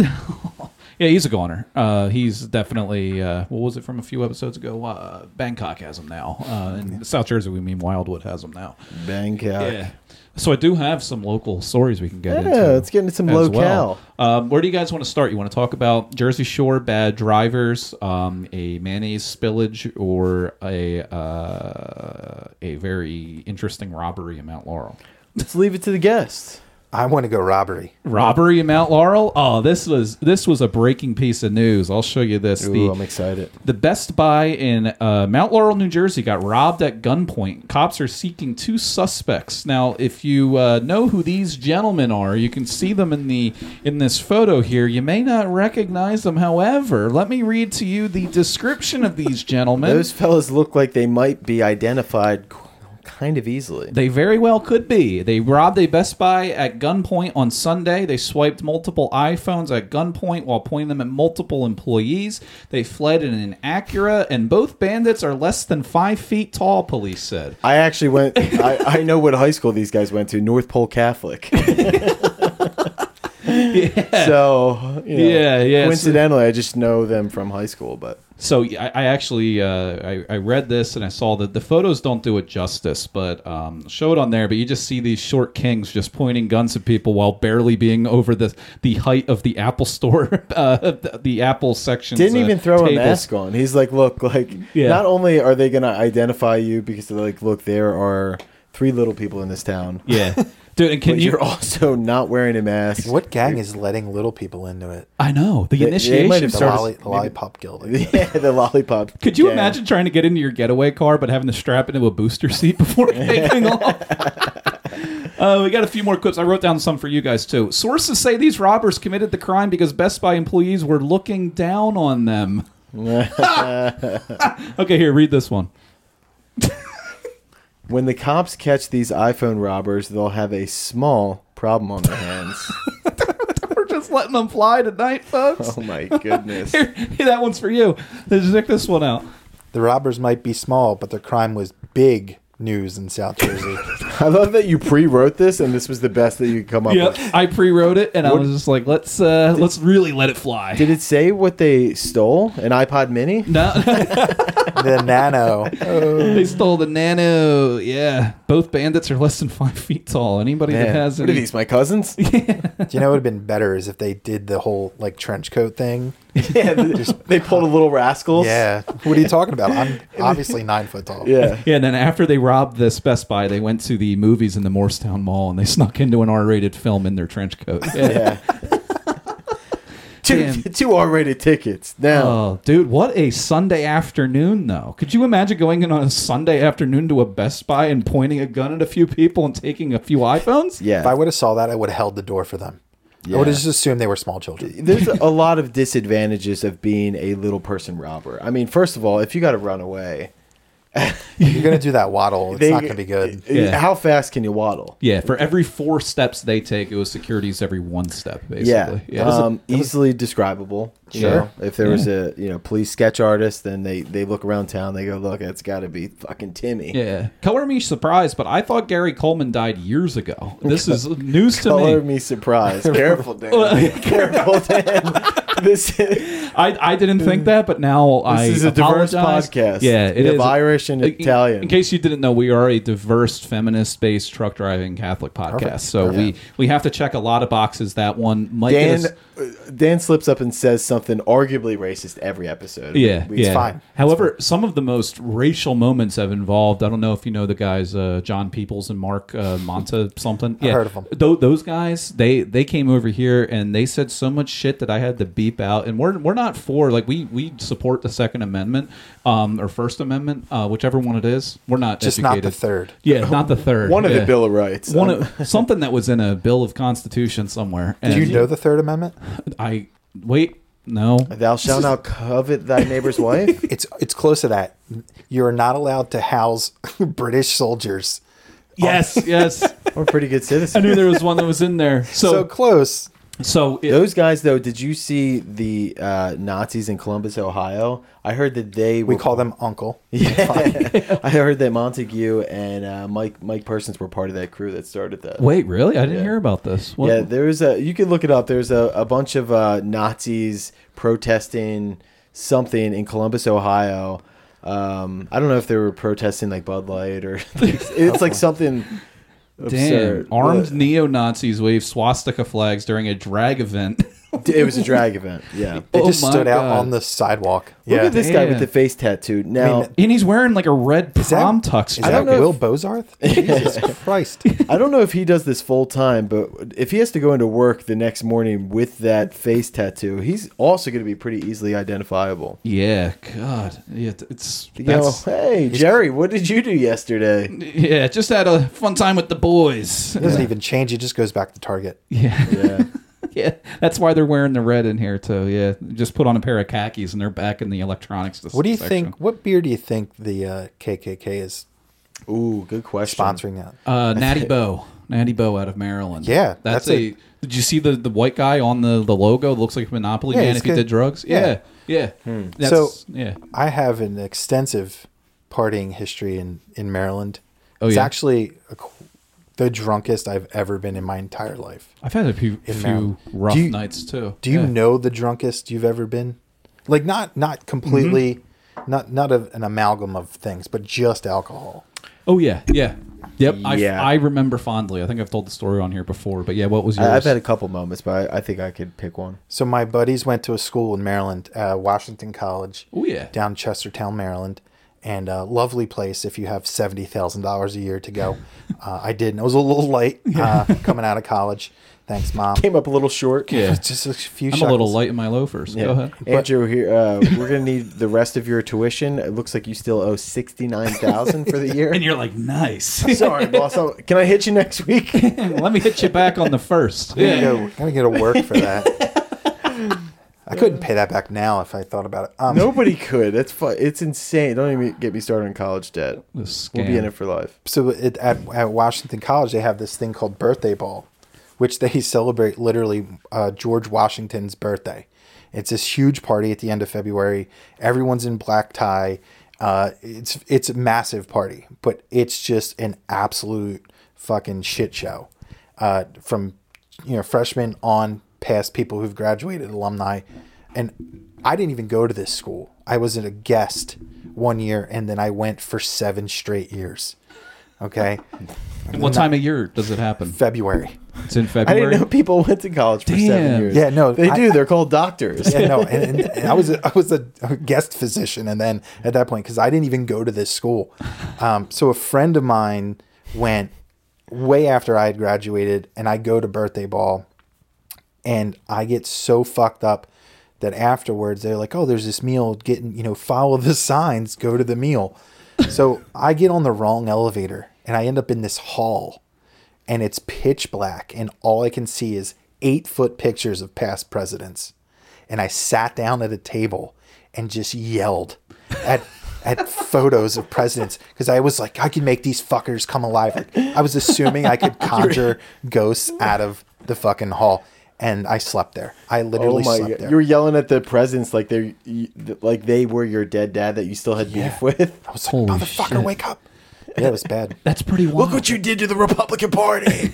Yeah, he's a goner. Uh, he's definitely uh, what was it from a few episodes ago? Uh, Bangkok has him now. Uh, in South Jersey, we mean Wildwood has him now.
Bangkok.
Yeah. So I do have some local stories we can get
Yeah,
into.
let's get into some
as
locale.
Um, where do you guys want to start? You want to talk about Jersey Shore bad drivers, um, a mayonnaise spillage, or a uh, a very interesting robbery in Mount Laurel?
Let's leave it to the guests.
I want to go robbery.
Robbery in Mount Laurel. Oh, this was this was a breaking piece of news. I'll show you this.
Ooh,
The-
I'm excited.
the Best Buy in uh, Mount Laurel, New Jersey, got robbed at gunpoint. Cops are seeking two suspects. Now, if you uh, know who these gentlemen are, you can see them in the in this photo here. You may not recognize them. However, let me read to you the description of these gentlemen.
Those fellas look like they might be identified qu- kind of easily.
They very well could be. They robbed a Best Buy at gunpoint on Sunday. They swiped multiple iPhones at gunpoint while pointing them at multiple employees. They fled in an Acura, and both bandits are less than five feet tall, police
[laughs]
said.
I actually went. I, I know what high school these guys went to. North Pole Catholic.
[laughs]
So you know,
Yeah, yeah, so-
Coincidentally, I just know them from high school, but
So I, I actually uh, I, I read this and I saw that the photos don't do it justice, but um, show it on there. But you just see these short kings just pointing guns at people while barely being over the the height of the Apple Store, [laughs] uh, the, the Apple section.
didn't even throw
tables.
a mask on. He's like, look, like
Yeah.
not only are they gonna identify you because they're like, look, there are three little people in this town.
Yeah. [laughs] Dude, and
But
can you?
you're also not wearing a mask.
What gang is letting little people into it?
I know the
they
initiation.
might have
The,
Started-
part.
lolli- the lollipop guild.
[laughs]
[laughs]
yeah, the lollipop.
Could you
gang.
imagine trying to get into your getaway car but having to strap into a booster seat [laughs] before
[laughs]
taking off? Uh, we got a few more clips. I wrote down some for you guys too. Sources say these robbers committed the crime because Best Buy employees were looking down on
[laughs]
them. okay, here, read this one.
When the cops catch these iPhone robbers, they'll have a small problem on
[laughs]
their hands.
We're just letting them fly tonight,
[laughs]
folks.
oh my goodness.
Here, here, that one's for you. Let's check this one out.
The robbers might be small, but their crime was big news in South Jersey.
I love that you pre-wrote this and this was the best that you could come up
Yep,
with.
I pre-wrote it and I was just like, let's uh, let's really let it fly.
Did it say what they stole? An iPod mini?
no,
[laughs]
the nano.
they stole the nano. Yeah, both bandits are less than five feet tall. Anybody that
Man,
has
what are
any,
these,
[laughs]
my cousins?
Do you know what would have been better is if they did the whole like trench coat thing?
yeah, they, [laughs] they pulled a little rascals.
Yeah. What are you talking about? I'm obviously nine foot tall.
Yeah.
yeah. And then after they robbed this Best Buy, they went to the movies in the Morristown Mall and they [laughs] snuck into an R-rated film in their trench coat. Yeah.
Yeah. [laughs] two,
Damn.
two R-rated tickets. Now,
Oh, dude, what a Sunday afternoon, though. Could you imagine going in on a Sunday afternoon to a Best Buy and pointing a gun at a few people and taking a few iPhones?
yeah.
If I would have saw that, I would have held the door for them. I would have just assumed they were small children.
There's a lot of disadvantages of being a little person robber. I mean, first of all, if you got to run away,
You're gonna do that waddle. It's
they-
not gonna be good.
Yeah.
How fast can you waddle?
Yeah, for every four steps they take, it was securities every one step, basically.
Yeah, um, easily describable. you
Sure.
know? if there was a you know police sketch artist, then they they look around town. They go, look, it's got to be fucking Timmy.
Yeah. Color me surprised, but I thought Gary Coleman died years ago. This
[laughs]
is news to
Color
me. [laughs]
me surprised. Careful, [laughs] Dan. Careful, Dan. This this
I, I didn't think that, but now I
is a diverse
apologize.
podcast.
Yeah, it
we have
is.
Irish and
In-
Italian.
In case you didn't know, we are a diverse, feminist-based truck driving Catholic podcast. So we we have to check a lot of boxes. That one might get
Dan uh,
us-
Dan slips up and says something arguably racist every episode.
Yeah,
We-
yeah.
fine.
However, some of the most racial moments have involved. I don't know if you know the guys, uh, John Peoples and Mark uh, Monta
[laughs]
something. Yeah,
heard of 'em.
Tho- those guys, they they came over here and they said so much shit that I had to beep out. And we're we're not for like we we support the Second Amendment, um, or First Amendment, uh, whichever one it is. We're not
Just not
educated.
the third.
Yeah, not the third.
One of
yeah.
the Bill of Rights.
One
Um,
of, something that was in a bill of constitution somewhere.
Did
And
you know the Third Amendment?
I wait. No,
[laughs] Thou shalt not covet thy
[laughs]
neighbor's wife.
It's it's close to that. You are not allowed to house [laughs] British soldiers.
Yes,
[laughs]
yes.
We're pretty good
I
citizens.
knew there was one that was in there.
So,
So,
close.
so, it-
Those guys, though, did you see the uh, Nazis in Columbus, Ohio? I heard that they
We
were
call them uncle.
Yeah. [laughs] I heard that Montague and uh, Mike Mike Persons were part of that crew that started that.
wait, really? I didn't
Yeah.
hear about this. What-
Yeah, there's a you can look it up. There's a, a bunch of uh, Nazis protesting something in Columbus, Ohio. Um, I don't know if they were protesting like Bud Light or [laughs]
[laughs]
it's like something
damn!
absurd.
Armed neo Nazis wave swastika flags during a drag event. [laughs]
It was a drag event. Yeah.
They
Oh
just
my
stood out
God.
on the sidewalk.
Look at this guy with
Yeah.
the face tattoo. Now
mean,
and he's wearing like a red
Is that-
prom tux.
Is
I
that
don't know
Will
if-
Bozarth? Jesus [laughs] Christ.
I don't know if he does this full time, but if he has to go into work the next morning with that face tattoo, he's also going to be pretty easily identifiable.
yeah, God, yeah, t- it's
You know,
that's,
hey Jerry, what did you do yesterday?
yeah. Just had a fun time with the boys.
It doesn't even change. It just goes back to Target.
[laughs] Yeah.
Yeah.
Yeah, that's why they're wearing the red in here too. Yeah, just put on a pair of khakis and they're back in the electronics.
What do you
section.
think? What beer do you think the uh, KKK is
Ooh, good question.
sponsoring that?
Uh, Natty Bo. Natty Bo out of Maryland.
Yeah,
That's,
that's
a, Did you see the, the white guy on the, the logo? Looks like Monopoly
Yeah,
Man
he's
if he
good.
did drugs. Yeah.
Yeah.
Yeah. That's,
So-
yeah.
I have an extensive partying history in, in Maryland.
Oh,
it's
yeah?
actually a, qu- the drunkest I've ever been in my entire life.
I've had a few, few
Maryland.
rough
Do you-
nights too.
Do you
Yeah.
know the drunkest you've ever been? Like not not completely, not not a, an amalgam of things, but just alcohol.
Oh, yeah. Yeah. Yep.
Yeah.
I, I remember fondly. I think I've told the story on here before, but yeah, what was yours?
I, I've had a couple moments, but I, I think I could pick one.
So my buddies went to a school in Maryland, uh, Washington College.
Oh, yeah.
down Chestertown, Maryland, and a lovely place if you have seventy thousand dollars a year
[laughs]
to go. uh, I didn't. It was a little light uh, coming out of college. Thanks, mom.
Came up a little short.
Yeah.
Just a few.
I'm a
shekels.
little light in my loafers. Go ahead.
Andrew, here uh, we're gonna need the rest of your tuition. It looks like you still owe sixty nine thousand for the [laughs] year.
And you're like, nice.
Sorry, boss. I'll- Can I hit you next [laughs]
[laughs]
week?
Let me hit you back on the first.
Gotta
Yeah.
go, gotta go to work
[laughs]
for that. I couldn't pay that back now if I thought about it. Um,
Nobody could. That's fu- It's insane. Don't even get me started on college debt.
This
We'll
scam.
be in it for life.
So it, at, at Washington College, they have this thing called Birthday Ball, which they [laughs] celebrate literally uh, George Washington's birthday. It's this huge party at the end of February. Everyone's in black tie. Uh, it's it's a massive party, but it's just an absolute fucking shit show. Uh, from you know freshmen on past people who've graduated, alumni, and I didn't even go to this school. I was a guest one year, and then I went for seven straight years. Okay.
What time of year does it happen?
February.
It's in
I
February.
didn't know people went to college for seven
Damn.
years.
Yeah, no,
they
I-
do. They're called doctors.
Yeah, no, and, and, and I was a, I was a, a guest physician, and then at that point, because I didn't even go to this school, um, so a friend of mine went way after I had graduated, and I go to birthday ball, and I get so fucked up that afterwards they're like, "Oh, there's this meal. Getting you know, follow the signs, go to the meal." so I get on the wrong elevator, and I end up in this hall, and it's pitch black, and all I can see is eight foot pictures of past presidents, and I sat down at a table and just yelled at. At photos of presidents, because I was like, I can make these fuckers come alive. Like, I was assuming
[laughs]
I could conjure ghosts out of the fucking hall, and I slept there. I
Oh
literally
my
slept
god!
there.
You were yelling at the presidents like they, like they were your dead dad that you still had beef with.
I was like,
Holy
motherfucker,
shit.
wake up. Yeah, it was bad. [laughs]
That's pretty wild.
Look what you did to the Republican Party.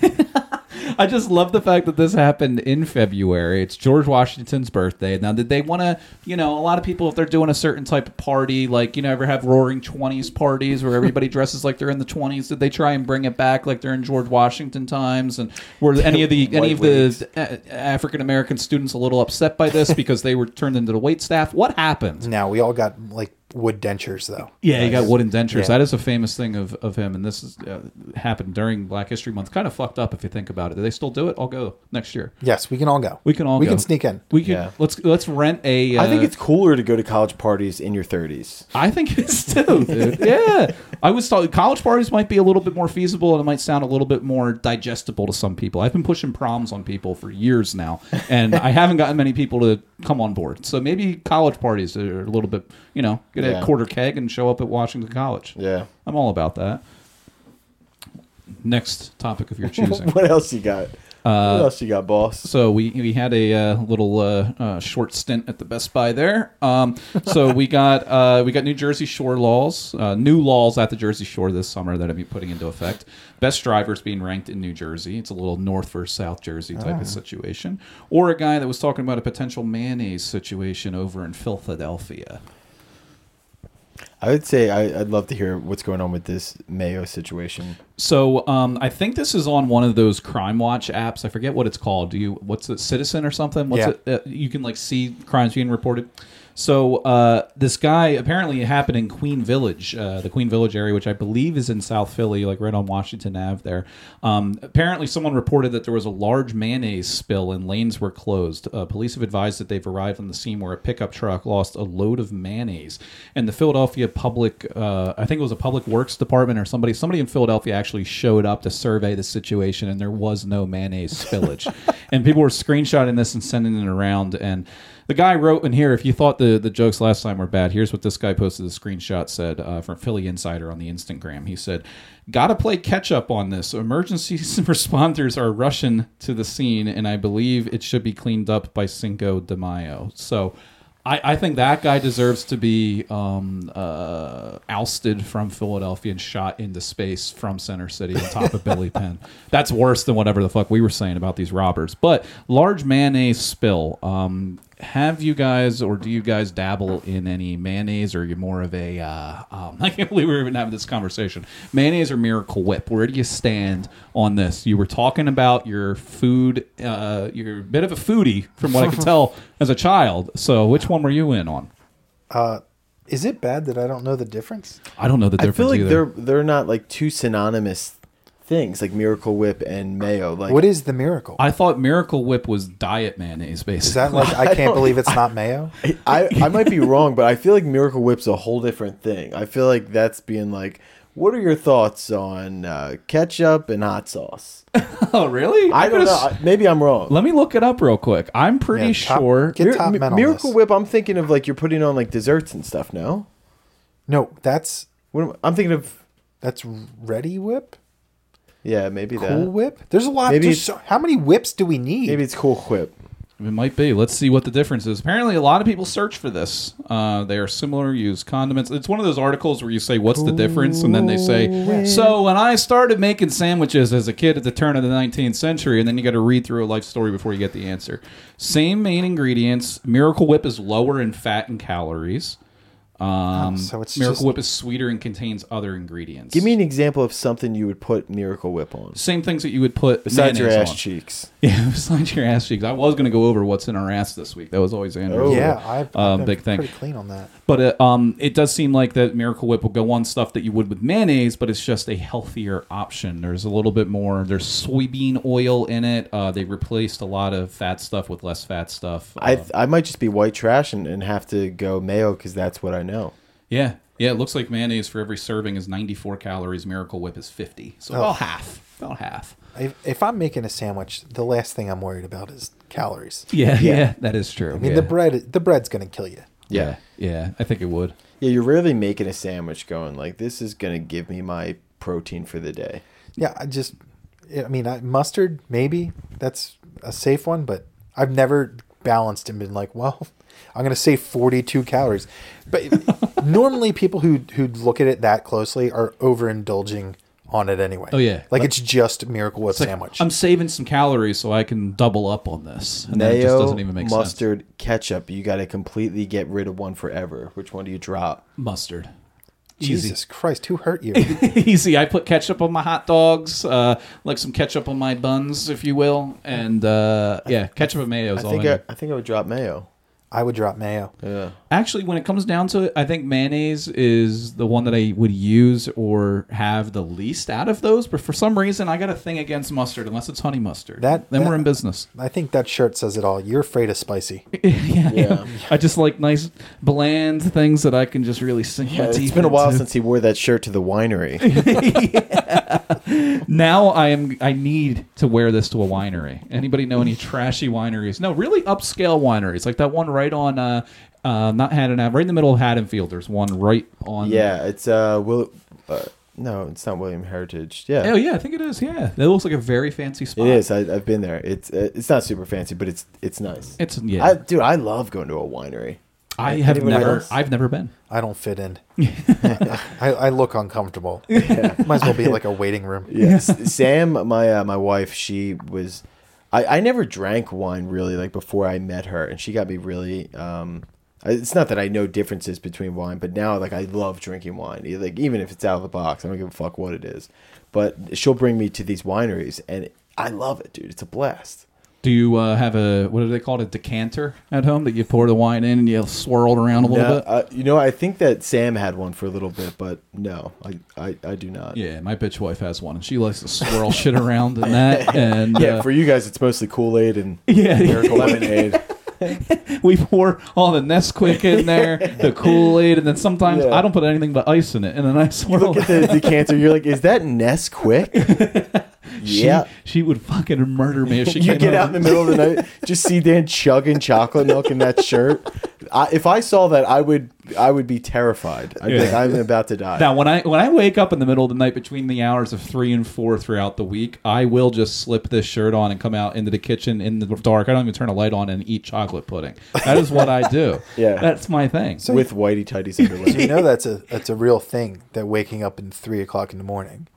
I just love the fact that this happened in February. It's George Washington's birthday. Now, did they want to, you know, a lot of people, if they're doing a certain type of party, like, you know, ever have roaring 20s parties where everybody dresses like they're in the 20s, did they try and bring it back like they're in George Washington times? And were any of the, any of the uh, African American students a little upset by this because they were turned into the wait staff? What happened?
Now we all got like wood dentures though.
Yeah, he got wooden dentures.
Yeah.
That is a famous thing of, of him, and this is, uh, happened during Black History Month. Kind of fucked up if you think about it. Do they still do it? I'll go next year.
Yes, we can all go.
We can all
we
go.
can sneak in.
We can
Yeah.
let's let's rent a. Uh,
[laughs] I think it's cooler to go to college parties in your 30s.
I think it's [laughs] too,
[laughs]
dude. Yeah, I was thought college parties might be a little bit more feasible, and it might sound a little bit more digestible to some people. I've been pushing proms on people for years now, and
[laughs]
I haven't gotten many people to come on board. So maybe college parties are a little bit, you know, get a
Yeah.
quarter keg and show up at Washington College.
Yeah.
I'm all about that. Next topic of your choosing.
[laughs] What else you got? what else you got, boss?
so we, we had a uh, little uh, uh, short stint at the Best Buy there. Um, so we got uh, we got New Jersey Shore laws, uh, new laws at the Jersey Shore this summer that I'll be putting into effect. Best drivers being ranked in New Jersey. It's a little North versus South Jersey type of situation. Or a guy that was talking about a potential mayonnaise situation over in Philadelphia.
I would say I, I'd love to hear what's going on with this Mayo situation.
So um, I think this is on one of those Crime Watch apps. I forget what it's called. Do you what's it, Citizen or something? What's
Yeah.
it? Uh, you can like see crimes being reported. So uh, this guy apparently it happened in Queen Village, uh, the Queen Village area, which I believe is in South Philly, like right on Washington Ave. There, um, apparently someone reported that there was a large mayonnaise spill and lanes were closed. Uh, police have advised that they've arrived on the scene where a pickup truck lost a load of mayonnaise, and the Philadelphia public, uh, I think it was a public works department or somebody, somebody in Philadelphia actually showed up to survey the situation, and there was no mayonnaise spillage, and people were screenshotting this and sending it around and. The guy wrote in here, if you thought the, the jokes last time were bad, here's what this guy posted the screenshot said uh, from Philly Insider on the Instagram. He said, Gotta play catch up on this. Emergency [laughs] responders are rushing to the scene, and I believe it should be cleaned up by Cinco de Mayo. So I, I think that guy deserves to be um, uh, ousted from Philadelphia and shot into space from Center City on top of Billy Penn. That's worse than whatever the fuck we were saying about these robbers. But large mayonnaise spill. Um, have you guys, or do you guys dabble in any mayonnaise, or you're more of a? Uh, um, [laughs] I can't believe we're even having this conversation. Mayonnaise or Miracle Whip? Where do you stand on this? You were talking about your food. Uh, you're a bit of a foodie, from what I
[laughs]
could tell as a child. So, which one were you in on?
Is it bad that I don't know the difference?
I don't know the
I
difference
feel like
either.
they're they're not like two synonymous things, like Miracle Whip and Mayo. Like
What is the miracle?
I thought Miracle Whip was diet mayonnaise, basically.
is that like I can't believe it's not mayo?
I, I might be wrong, but I feel like Miracle Whip's a whole different thing. I feel like that's being like, what are your thoughts on uh, ketchup and hot sauce?
[laughs] oh, really?
I
I'm
don't
gonna
know.
s-
I- Maybe I'm wrong.
Let me look it up real quick. I'm pretty
Yeah, top-
sure.
get top men on
Miracle
this.
Whip. I'm thinking of like you're putting on like desserts and stuff. No,
No, that's
what am, I'm thinking of
that's ready whip,
yeah, maybe
cool
that.
whip. There's a lot.
Maybe
there's
it's-
so, how many whips do we need?
Maybe it's Cool Whip.
It might be. Let's see what the difference is. Apparently, a lot of people search for this. Uh, they are similar, use condiments. It's one of those articles where you say, What's the difference? And then they say, So, when I started making sandwiches as a kid at the turn of the 19th century, and then you got to read through a life story before you get the answer. Same main ingredients. Miracle Whip is lower in fat and calories. Um,
so it's
Miracle
just-
Whip is sweeter and contains other ingredients.
Give me an example of something you would put Miracle Whip on
same things that you would put
besides your
mayonnaise
ass
on.
cheeks.
Yeah, [laughs] besides your ass cheeks. I was going to go over what's in our ass this week. That was always
Oh,
Andrew's
yeah,
little,
I've,
uh,
I've been
big thing.
pretty clean on that.
But uh, um, it does seem like that Miracle Whip will go on stuff that you would with mayonnaise, but it's just a healthier option. There's a little bit more. There's soybean oil in it. Uh, they replaced a lot of fat stuff with less fat stuff. Uh,
I I might just be white trash and, and have to go mayo because that's what I know.
yeah, yeah. It looks like mayonnaise for every serving is 94 calories. Miracle Whip is 50, so about half. About half.
If, if I'm making a sandwich, the last thing I'm worried about is calories.
Yeah, yeah, that is true.
I mean, the bread the bread's gonna kill you.
yeah, yeah. I think it would.
Yeah, you're rarely making a sandwich going like this is gonna give me my protein for the day.
Yeah, I just, I mean, I, mustard maybe that's a safe one, but I've never balanced and been like, well, [laughs] I'm going to save 42 calories. But [laughs] normally people who who look at it that closely are overindulging on it anyway.
Oh, yeah.
Like, it's just miracle whip sandwich.
I'm saving some calories so I can double up on this. And then it just
Mayo,
doesn't even make sense.
mustard, ketchup. You got to completely get rid of one forever. Which one do you drop?
Mustard. Easy.
Jesus Christ, who
[laughs]
hurt you?
Easy. I put ketchup on my hot dogs, uh, like some ketchup on my buns, if you will. And uh, yeah, ketchup and mayo is
I
all
think
in
I,
there.
I think I would drop mayo.
I would drop mayo.
Yeah.
Actually, when it comes down to it, I think mayonnaise is the one that I would use or have the least out of those. But for some reason, I got a thing against mustard, unless it's honey mustard.
That-
then we're
that-
in business.
I think that shirt says it all. You're afraid of
[laughs]
spicy.
[laughs] yeah,
Yeah.
I just like nice bland things that I can just really sink my teeth
it's been a while
into.
since he wore that shirt to the [laughs] winery.
now I am I need to wear this to a winery. Anybody know any trashy wineries? No, really upscale wineries like that one right on uh, uh not Haddon Ave, right in the middle of Haddonfield. There's one right on.
yeah, it's uh Will. Uh, no, it's not William Heritage.
Oh
Yeah,
yeah, I think it is. Yeah, that looks like a very fancy spot.
it is. I, I've been there. It's uh, it's not super fancy, but it's it's nice.
It's
I,
yeah.
dude, I love going to a winery.
I, have
Anybody
never.
else?
I've never been.
I don't
[laughs]
fit in. [laughs] I, I look uncomfortable. Might as well be like a waiting room.
Yes, Sam, my uh, my wife, she was. I, I never drank wine really like before I met her, and she got me really. Um, I- it's not that I know differences between wine, but now like I love drinking wine. E- Like even if it's out of the box, I don't give a fuck what it is. But she'll bring me to these wineries, and I love it, dude. It's a blast.
Do you uh, have a what do they call it? A decanter at home that you pour the wine in and you swirl it around a little
No,
bit.
uh, you know, I think that Sam had one for a little bit, but no, I I, I do not.
yeah, my bitch wife has one, and she likes to swirl shit around
[laughs]
in that. And
Yeah,
uh,
for you guys, it's mostly Kool Aid and
[laughs] Yeah.
Miracle Lemonade.
we pour all the Nesquik in there,
[laughs]
the Kool Aid, and then sometimes
Yeah.
I don't put anything but ice in it, and then I swirl.
Look at
it.
the decanter. You're like, is that Nesquik?
She,
yeah.
she would fucking murder me if she
[laughs] You
came
get out
home.
in the middle of the night, just see Dan chugging chocolate milk in that shirt. I, if I saw that, I would, I would be terrified. I would think
Yeah.
I'm about to die.
Now, when I when I wake up in the middle of the night between the hours of three and four throughout the week, I will just slip this shirt on and come out into the kitchen in the dark. I don't even turn a light on and eat chocolate pudding. That is what I do.
[laughs] Yeah.
that's my thing.
with whitey tighties under
Do you
lip.
know that's a that's a real thing? That waking up in three o'clock in the morning.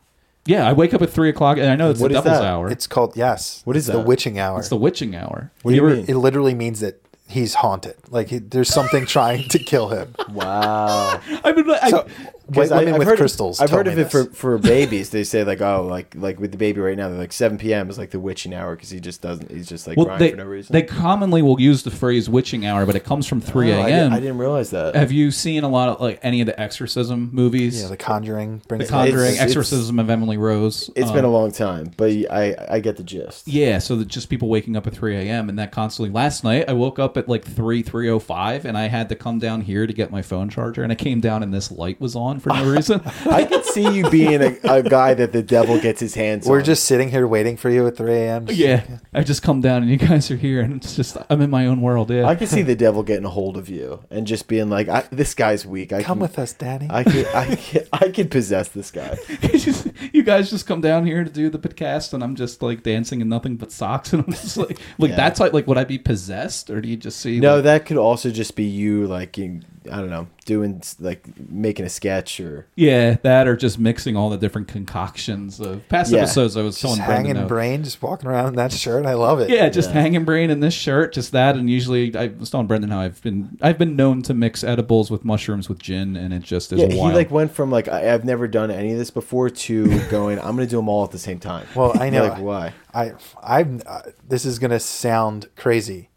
yeah, I wake up at three o'clock, and I know it's
What
the
is
devil's
that?
hour. It's,
It's called yes.
What is
it's the
that?
witching hour?
the witching hour.
What do you
ever-
mean?
it literally means that he's haunted. Like he, there's something trying to kill him.
Wow.
I've been. I,
So, white
'Cause I-
women
I've
with
heard-
crystals.
I've
tell
heard
me
of it
this.
for, for babies. They say like, oh, like like with the baby right now, they're like 7 p.m. is like the witching hour because he just doesn't. He's just like
well,
crying
they,
for no reason.
they commonly will use the phrase witching hour, but it comes from three
Oh, I,
a.m.
didn't, I didn't realize that.
Have you seen a lot of like any of the exorcism movies?
Yeah, the Conjuring brings
the Conjuring,
It's- it's-
Exorcism of Emily Rose.
It's
Um,
been a long time, but I I get the gist.
Yeah, so that just people waking up at 3 a.m. and that constantly. Last night I woke up at like 3 3:05 and I had to come down here to get my phone charger and I came down and this light was on for
[laughs]
no reason.
I could see you being a, a guy that the devil gets his hands
We're
on.
just sitting here waiting for you at 3 a.m. Just-
[laughs] Oh, yeah, I just come down and you guys are here and it's just I'm in my own world. Yeah,
I could see the devil getting a hold of you and just being like, I, "This guy's weak. I
Come
can,
with us, Daddy.
I could, I could, I could possess this guy."
[laughs] Just- you guys just come down here to do the podcast and I'm just like dancing in nothing but socks [laughs] and I'm just like like
Yeah.
that's like like would I be possessed or do you just see
No,
like-
that could also just be you, like you, I don't know, doing like making a sketch or
yeah that or just mixing all the different concoctions of past
Yeah.
episodes I was
just
telling Brendan
hanging
of.
brain, just walking around in that shirt. I love it.
Yeah, just
Yeah.
hanging brain in this shirt, just that, and usually I was telling Brendan how I've been I've been known to mix edibles with mushrooms with gin, and it just is
yeah.
wild.
He like went from like I, I've never done any of this before [laughs] to going, "I'm going to do them all at the same time."
Well, I
You're
know.
like why.
I I've uh, this is gonna sound crazy,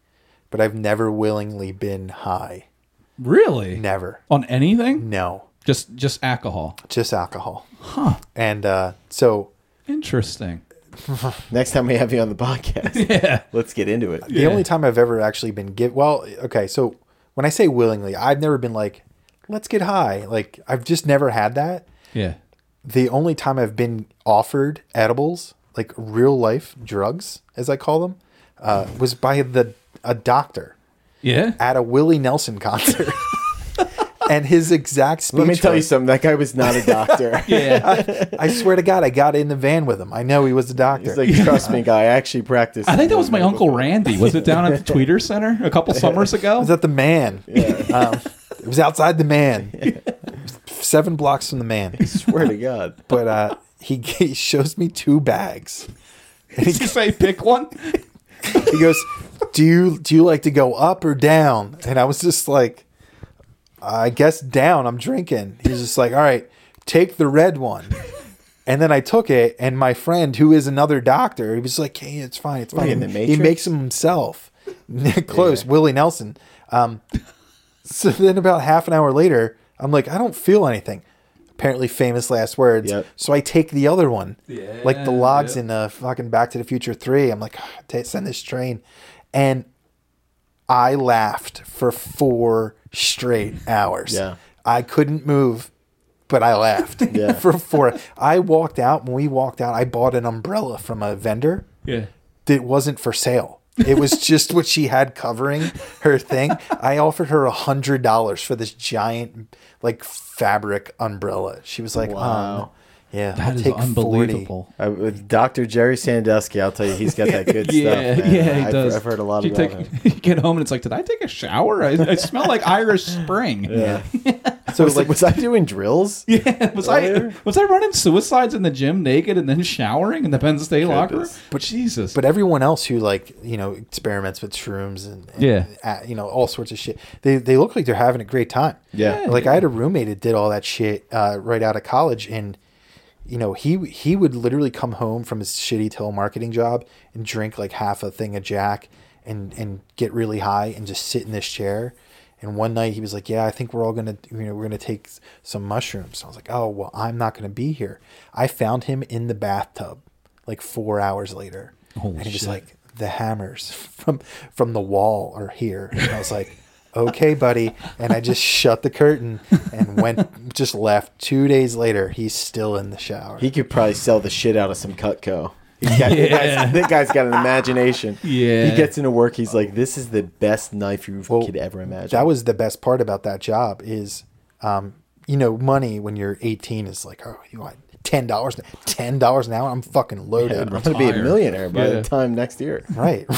but I've never willingly been high.
really
Never.
on anything,
No,
just just alcohol.
just alcohol. Huh. And uh, so
Interesting.
Next time we have you on the [laughs] podcast,
Yeah,
let's get into it.
the only time I've ever actually been give well, okay, so when I say willingly, I've never been like, let's get high. Like I've just never had that.
yeah.
The only time I've been offered edibles, like real life drugs, as I call them, uh, was by the a doctor
Yeah,
at a Willie Nelson concert. [laughs] and his exact speech.
Let me tell you
was-
something. That guy was
[laughs]
not a doctor.
Yeah.
I swear to God, I got in the van with him. I know he was a doctor.
He's like, trust me, guy. I actually practiced.
I think that was my uncle
[laughs]
Randy. Was it down at the Tweeter Center a [laughs] couple summers ago?
was at the man. Um, it was outside
[laughs]
the man, seven blocks from the man.
Swear to God.
But uh, he, [laughs] he shows me two bags. And
Did you
he,
say pick one?
he goes, "Do you do you like to go up or down?" And I was just like, "I guess down. I'm drinking." He's just like, "All right, take the red one." And then I took it, and my friend, who is another doctor, he was like, "Hey, it's fine, it's fine."
in The
he
Matrix?
makes them himself. [laughs] Close, Willie Nelson. Um, so then, about half an hour later, I'm like, "I don't feel anything." Apparently, famous last words.
Yep.
So I take the other one, like the
Yeah,
logs
yep.
in uh, fucking Back to the Future Three. I'm like, "Ah, ta- send this train, and I laughed for four
[laughs]
straight hours.
Yeah.
I couldn't move, but
[laughs]
I laughed
Yeah.
for four. I walked out. When we walked out, I bought an umbrella from a vendor
[laughs] Yeah.
that wasn't for sale. It
[laughs]
was just what she had covering her thing. I offered her a hundred dollars for this giant, like fabric umbrella. She was like,
Wow.
"Um, yeah,
That
I'll
is
take 40."
unbelievable.
I, with Dr. Jerry Sandusky, I'll tell you, he's got that
[laughs]
good
Yeah,
stuff. man.
yeah, he
I've,
does.
I've heard a lot
you
about
take,
him.
[laughs] You get home and it's like, did I take a shower? I, I smell like Irish Spring. Yeah. [laughs]
So was, like, was [laughs] I doing drills?
was I
Earlier?
was I running suicides in the gym naked and then showering in the Penn State locker room?
Goodness.
But Jesus,
But everyone else who like you know experiments with shrooms and, and
Yeah.
uh, you know all sorts of shit, they they look like they're having a great time.
Yeah.
like I had a roommate that did all that shit uh, right out of college, and you know he he would literally come home from his shitty telemarketing job and drink like half a thing of Jack and and get really high and just sit in this chair. And one night he was like, "Yeah, I think we're all gonna, you know, we're gonna take s- some mushrooms." I was like, "Oh well, I'm not gonna be here." I found him in the bathtub, like four hours later,
Holy
and he was
shit.
like, "The hammers from from the wall are here." And I was like, "Okay, buddy," and I just shut the curtain and went, just left. Two days later, he's still in the shower.
He could probably sell the shit out of some Cutco. He's got, that,
Yeah.
guy's, that guy's got an imagination.
Yeah.
He gets into work. He's like, this is the best knife you could ever imagine.
that was the best part about that job is um, you know money when you're 18 is like oh you want ten dollars ten dollars an hour i'm fucking loaded
I'm going to be a
Retire.
millionaire by
Yeah.
the time next year.
right [laughs]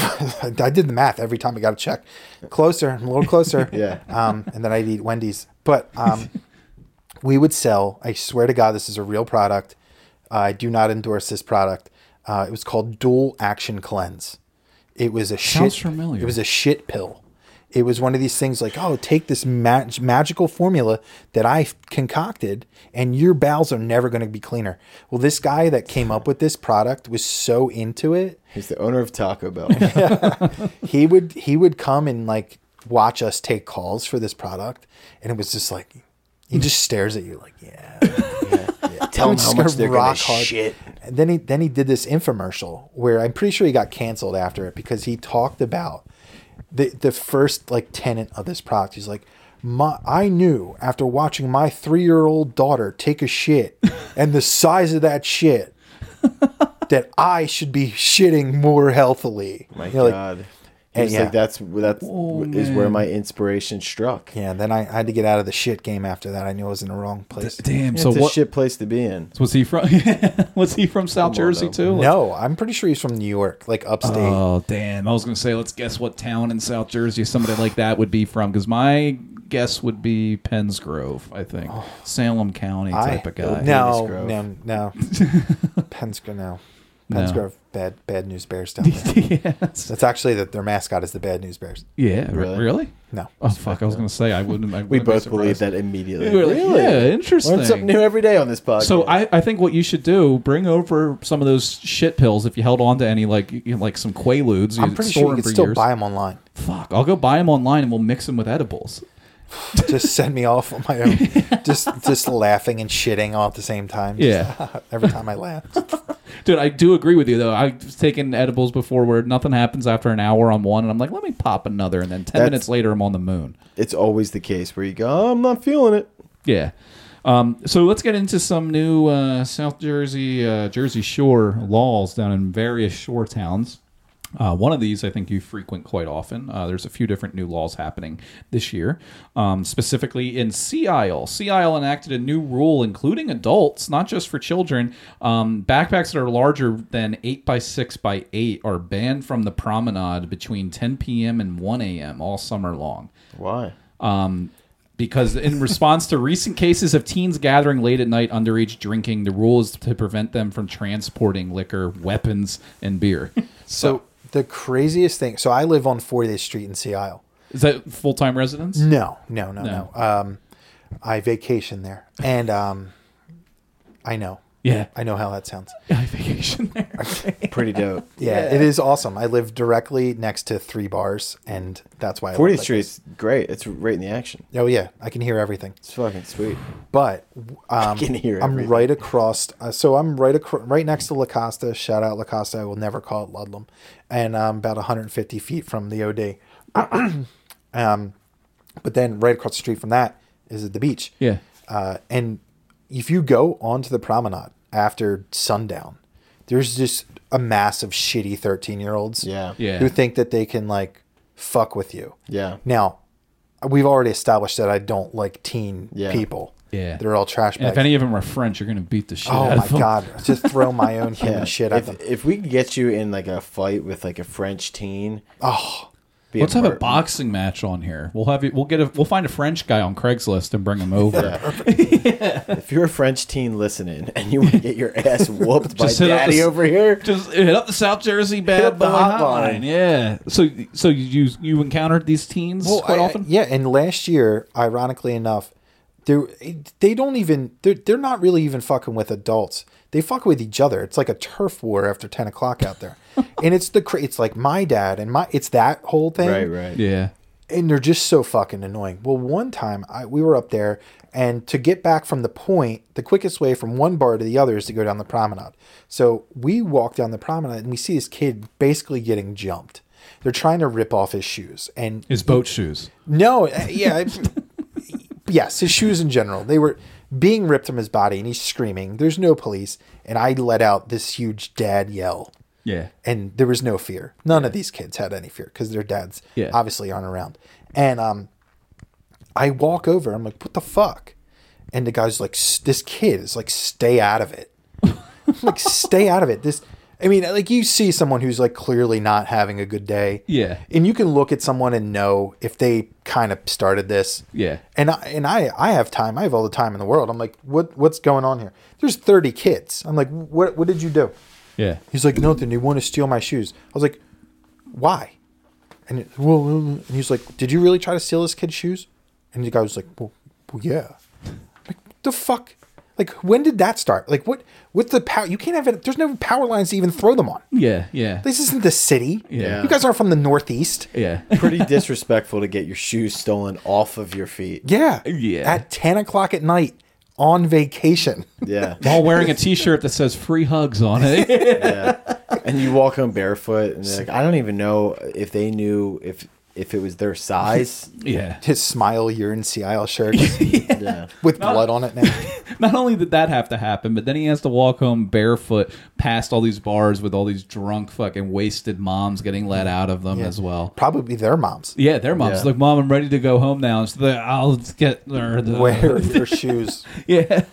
i did the math every time i got a check closer i'm a little closer
Yeah.
um, and then i'd eat wendy's but um, we would sell i swear to god this is a real product i do not endorse this product uh, it was called dual action cleanse it was a
Sounds
shit
familiar.
it was a shit pill it was one of these things like oh take this mag- magical formula that i concocted and your bowels are never going to be cleaner well this guy that came up with this product was so into it
He's the owner of Taco
[laughs]
Bell.
he would he would come and like watch us take calls for this product and it was just like he just stares at you like yeah, yeah, yeah.
Tell
I'm
him how
just
much they're gonna
rock hard.
shit.
and then he then he did this infomercial where i'm pretty sure he got canceled after it because he talked about the the first like tenant of this product he's like my, I knew after watching my three-year-old daughter take a shit and the size of that shit that I should be shitting more healthily.
My
You're like,
God.
and
He's
yeah.
like, that's, that's
Oh,
is where my inspiration struck.
Yeah, and then I, I had to get out of the shit game after that. I knew I was in the wrong place.
damn.
It's
so
a
what
shit place to be in.
was he from? [laughs] was he from South
Come on
Jersey
now.
too? Let's-
No, I'm pretty sure he's from New York, like upstate.
Oh damn! I was gonna say, let's guess what town in South Jersey somebody like that would be from, because my guess would be Penns Grove, I think, Salem County
Oh. I,
type of guy.
no,
Grove.
no, no,
[laughs]
Pensker, no, Pensker,
No.
bad, bad news bears down there.
[laughs] yes.
That's actually that their mascot is the bad news bears.
Yeah. Really?
Really?
No,
Oh fuck! I was gonna say I wouldn't.
[laughs]
I
We
wouldn't be
both believe
surprised.
that immediately.
We were like, Yeah, interesting.
Learn something new every day on this podcast.
So I, I think what you should do bring over some of those shit pills if you held on to any like you know, like some quaaludes.
I'm
you
pretty
store
sure you
them
can
for
still buy
years.
'em buy
[laughs]
them online.
Fuck, I'll go buy them online and we'll mix them with edibles.
Just send me off on my
[laughs]
own, just just laughing and shitting all at the same time. Just [laughs] every time
[laughs]
I laugh.
Dude, I do agree with you though. I've taken edibles before where nothing happens after an hour on one, and I'm like, let me pop another, and then ten
That's-
minutes later, I'm on the moon.
it's always the case where you go, "Oh, I'm not feeling it.
Yeah. Um, so let's get into some new uh, South Jersey uh, Jersey Shore laws down in various shore towns. Uh, one of these I think you frequent quite often. Uh, there's a few different new laws happening this year, um, specifically in Sea Isle. Sea Isle enacted a new rule, including adults, not just for children. Um, backpacks that are larger than 8 by 6 by 8 are banned from the promenade between 10 p.m. and 1 a.m. all summer long
Why?
because in response to recent cases of teens gathering late at night underage drinking the rule is to prevent them from transporting liquor weapons and beer
So the craziest thing. So I live on 40th Street in Sea Isle.
is that full-time residence
No, no, no, no. Um, I vacation there, and um, I know,
yeah
I know how that sounds.
I vacation there
Pretty dope.
[laughs] Yeah, it is awesome. I live directly next to three bars, and that's why I live
40th
like
Street's great. It's right in the action.
this. Oh yeah, I can hear everything.
It's fucking sweet.
But
[laughs]
um,
can hear
I'm
everything.
right across. Uh, so I'm right across, right next to La Costa. Shout out La Costa. I will never call it Ludlam. And I'm about 150 feet from the OD. [clears throat] um, but then right across the street from that is the beach.
yeah
Uh, and if you go onto the promenade after sundown, there's just a mass of shitty 13 year olds
Yeah.
Yeah.
who think that they can like fuck with you.
Yeah.
Now, we've already established that I don't like teen
Yeah.
people.
Yeah.
They're all trash
and if
bags.
any of them are french you're gonna beat the shit
oh
out
my
of them [laughs]
God. Just throw my own
[laughs]
human
Yeah.
shit at
if,
them.
if we could get you in like a fight with like a French teen,
Oh,
be
Let's have a
mur-
boxing match on here. We'll have you, we'll get a we'll find a French guy on Craigslist and
[laughs]
bring him over.
If you're a French teen listening and you want to get your
[laughs]
ass whooped by
Just hit up
daddy
this-
over here,
Just hit up the South Jersey bad
up the
boy
hotline.
hotline. Yeah. So so you you encountered these teens
Well,
quite
I- I-
often?
yeah, and last year, ironically enough, they they don't even they're they're not really even fucking with adults. They fuck with each other. It's like a turf war after ten o'clock out there, and it's the cra- it's like my dad and my it's that whole thing.
right, right,
yeah.
And they're just so fucking annoying. Well, one time I, we were up there, and to get back from the point, the quickest way from one bar to the other is to go down the promenade. So we walk down the promenade, and we see this kid basically getting jumped. They're trying to rip off his shoes, and
His boat shoes.
no, uh, yeah, I- yes, his shoes in general. They were being ripped from his body, and he's screaming. There's no police, and I let out this huge dad yell,
Yeah.
and there was no fear. None of these kids had any fear because their dads
Yeah.
obviously aren't around. And um, I walk over. I'm like, "What the fuck?" And the guy's like, "S- "This kid is like, stay out of it." [laughs] I'm like, stay out of it. This, I mean, like you see someone who's like clearly not having a good day.
Yeah.
And you can look at someone and know if they kind of started this.
Yeah.
And I and I I have time. I have all the time in the world. I'm like, what what's going on here? There's 30 kids. I'm like, what what did you do?
Yeah.
He's like, nothing. They want to steal my shoes. I was like, why? And, it, well, well, well. and he's like, did you really try to steal this kid's shoes? And the guy was like, well, well, yeah. Like the fuck? Like when did that start? Like what? What's the power? You can't have it. There's no power lines to even throw them on.
Yeah. Yeah.
This isn't the city.
Yeah.
You guys aren't from the Northeast.
[laughs] Yeah.
Pretty disrespectful to get your shoes stolen off of your feet.
Yeah.
Yeah.
At 10 o'clock at night on vacation. [laughs]
Yeah,
While wearing a T-shirt that says "free hugs" on [laughs] it.
yeah. And you walk home barefoot, and they're like, I don't even know if they knew if if it was
[laughs]
their size.
yeah.
His smile, you're in Sea
[laughs]
Isle shirt
yeah.
with blood on it now.
Not only did that have to happen, but then he has to walk home barefoot past all these bars with all these drunk, fucking wasted moms getting let out of them as well.
Probably their moms.
Yeah, their mom's
Yeah.
like, "Mom, I'm ready to go home now." So the, I'll get or the
[laughs]
Wear their shoes.
[laughs] Yeah,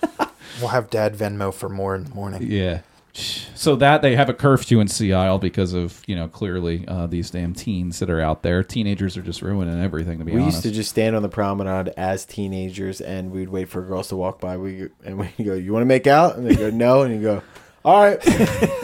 We'll have dad Venmo for more in the morning.
yeah. So that they have a curfew in Sea Isle because of you know clearly uh, these damn teens that are out there. Teenagers are just ruining everything. To be
We
honest,
used to just stand on the promenade as teenagers, and we'd wait for girls to walk by. We and we go, "You want to make out?" And they go, "No," and you go, "All
[laughs]
right,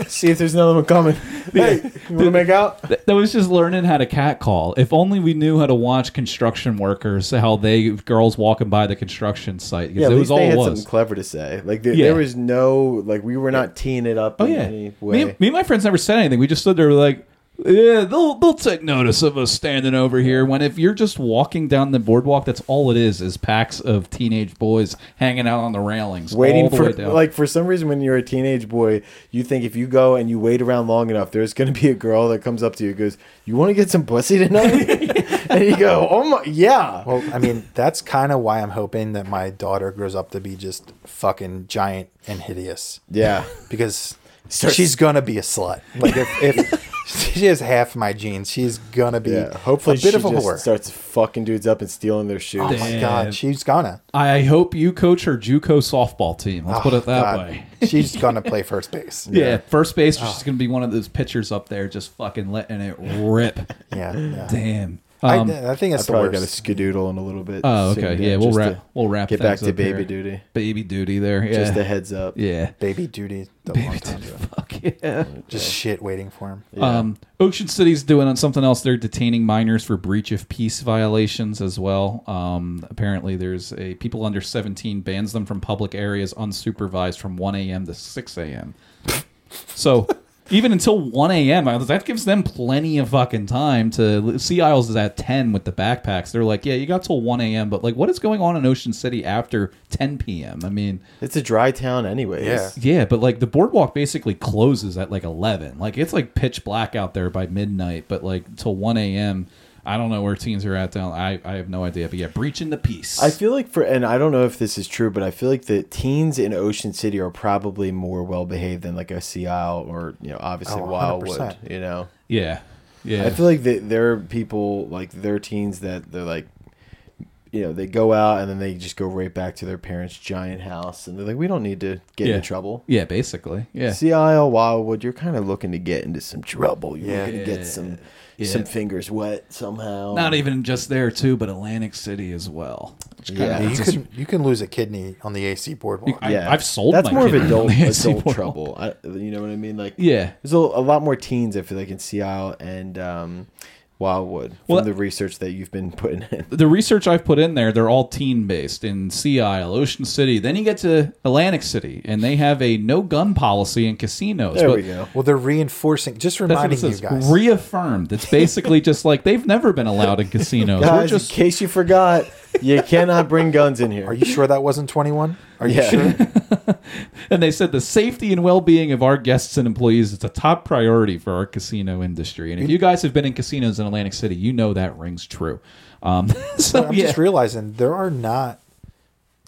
see if there's another one coming." Hey, you want to make out?
Th- that was just learning how to catcall. If only we knew how to watch construction workers, how they girls walking by the construction site. 'cause
Yeah, at
it
least
was all
they
it
had
was.
something clever to say. Like there,
Yeah.
there was no like we were not teeing it up
Oh
in
yeah.
any
Me,
way.
me and my friends never said anything. We just stood there like, yeah, they'll they'll take notice of us standing over here. When if you're just walking down the boardwalk, that's all it is is packs of teenage boys hanging out on the railings,
waiting
all the
for
way down.
like for some reason when you're a teenage boy you think if you go and you wait around long enough there's going to be a girl that comes up to you and goes you want to get some pussy tonight
[laughs]
and you go oh my yeah
Well, I mean, that's kind of why I'm hoping that my daughter grows up to be just fucking giant and hideous
yeah
because
Starts-
she's gonna be a slut. Like if, [laughs] if she has half my genes. She's gonna be
[laughs] Yeah. Hopefully,
a bit
she
of a
just
whore.
starts fucking dudes up and stealing their shoes.
oh my god, she's gonna. Oh
I hope you coach her JUCO softball team. Let's
Ah,
put it that
God,
way. [laughs]
she's gonna play first base.
Yeah, first base.
Ah.
She's going to be one of those pitchers up there, just fucking letting it rip.
Yeah, yeah.
Damn.
I,
Um,
I think
I
that's the
probably
worst.
got a skedoodle in a little bit.
oh,
soon
okay.
to-
Yeah, we'll
just
wrap.
to
we'll wrap.
Get back
things
to
up
baby
here.
duty.
Baby duty. There. Yeah.
Just a heads up.
[laughs] yeah.
Baby duty. The long time ago.
Fuck yeah.
Just shit waiting for him.
Um, Ocean City's doing on something else. They're detaining minors for breach of peace violations as well. Um, apparently, there's a people under 17 bans them from public areas unsupervised from 1 a.m. to 6 a.m.
[laughs]
so even until 1 a.m., I was- that gives them plenty of fucking time to. Sea Isles is at 10 with the backpacks. They're like, yeah, you got till 1 a.m., but like, what is going on in Ocean City after 10 p.m.? I mean,
It's a dry town, anyways.
Yeah.
yeah, but like the boardwalk basically closes at like eleven. Like it's like pitch black out there by midnight, but like till one a.m. I don't know where teens are at down. I, I have no idea. But yeah, breaching the peace.
I feel like for, and I don't know if this is true, but I feel like the teens in Ocean City are probably more well behaved than like a Sea Isle or you know, obviously
Oh,
Wildwood.
100%.
You know,
yeah, yeah.
I feel like they, there are people like there are teens that they're like, you know, they go out and then they just go right back to their parents' giant house, and they're like, we don't need to get
yeah.
into trouble.
Yeah, basically. Yeah,
Sea Isle, Wildwood, you're kind of looking to get into some trouble. You're
Yeah.
looking to get some
Yeah.
some fingers wet somehow.
not even just there too, but Atlantic City as well. Which kinda-
Yeah.
You
it's just-
can you can lose a kidney on the AC boardwalk.
I- I've sold
That's
my
more of
kidney on
adult
the [laughs] AC
adult
boardwalk.
trouble. I, you know what I mean? Like
yeah.
There's a, a lot more teens, I feel like, in Sea Isle and um, Wildwood from
Well,
the research that you've been putting in.
the research I've put in there, they're all teen based in Sea Isle, Ocean City. Then you get to Atlantic City, and they have a no gun policy in casinos.
There
but
we go.
Well, they're reinforcing, just
That's what
reminding
it
you
says.
guys.
Reaffirmed. It's basically just like they've never been allowed in
[laughs]
casinos. We're
Guys,
just
in case you forgot,
[laughs]
you cannot bring guns in here.
Are you sure that wasn't 21? Are you
[laughs]
Yeah.
sure?
and they said the safety and well-being of our guests and employees is a top priority for our casino industry. And if you guys have been in casinos in Atlantic City, you know that rings true. Um, [laughs] so
I'm
yeah.
just realizing there are not.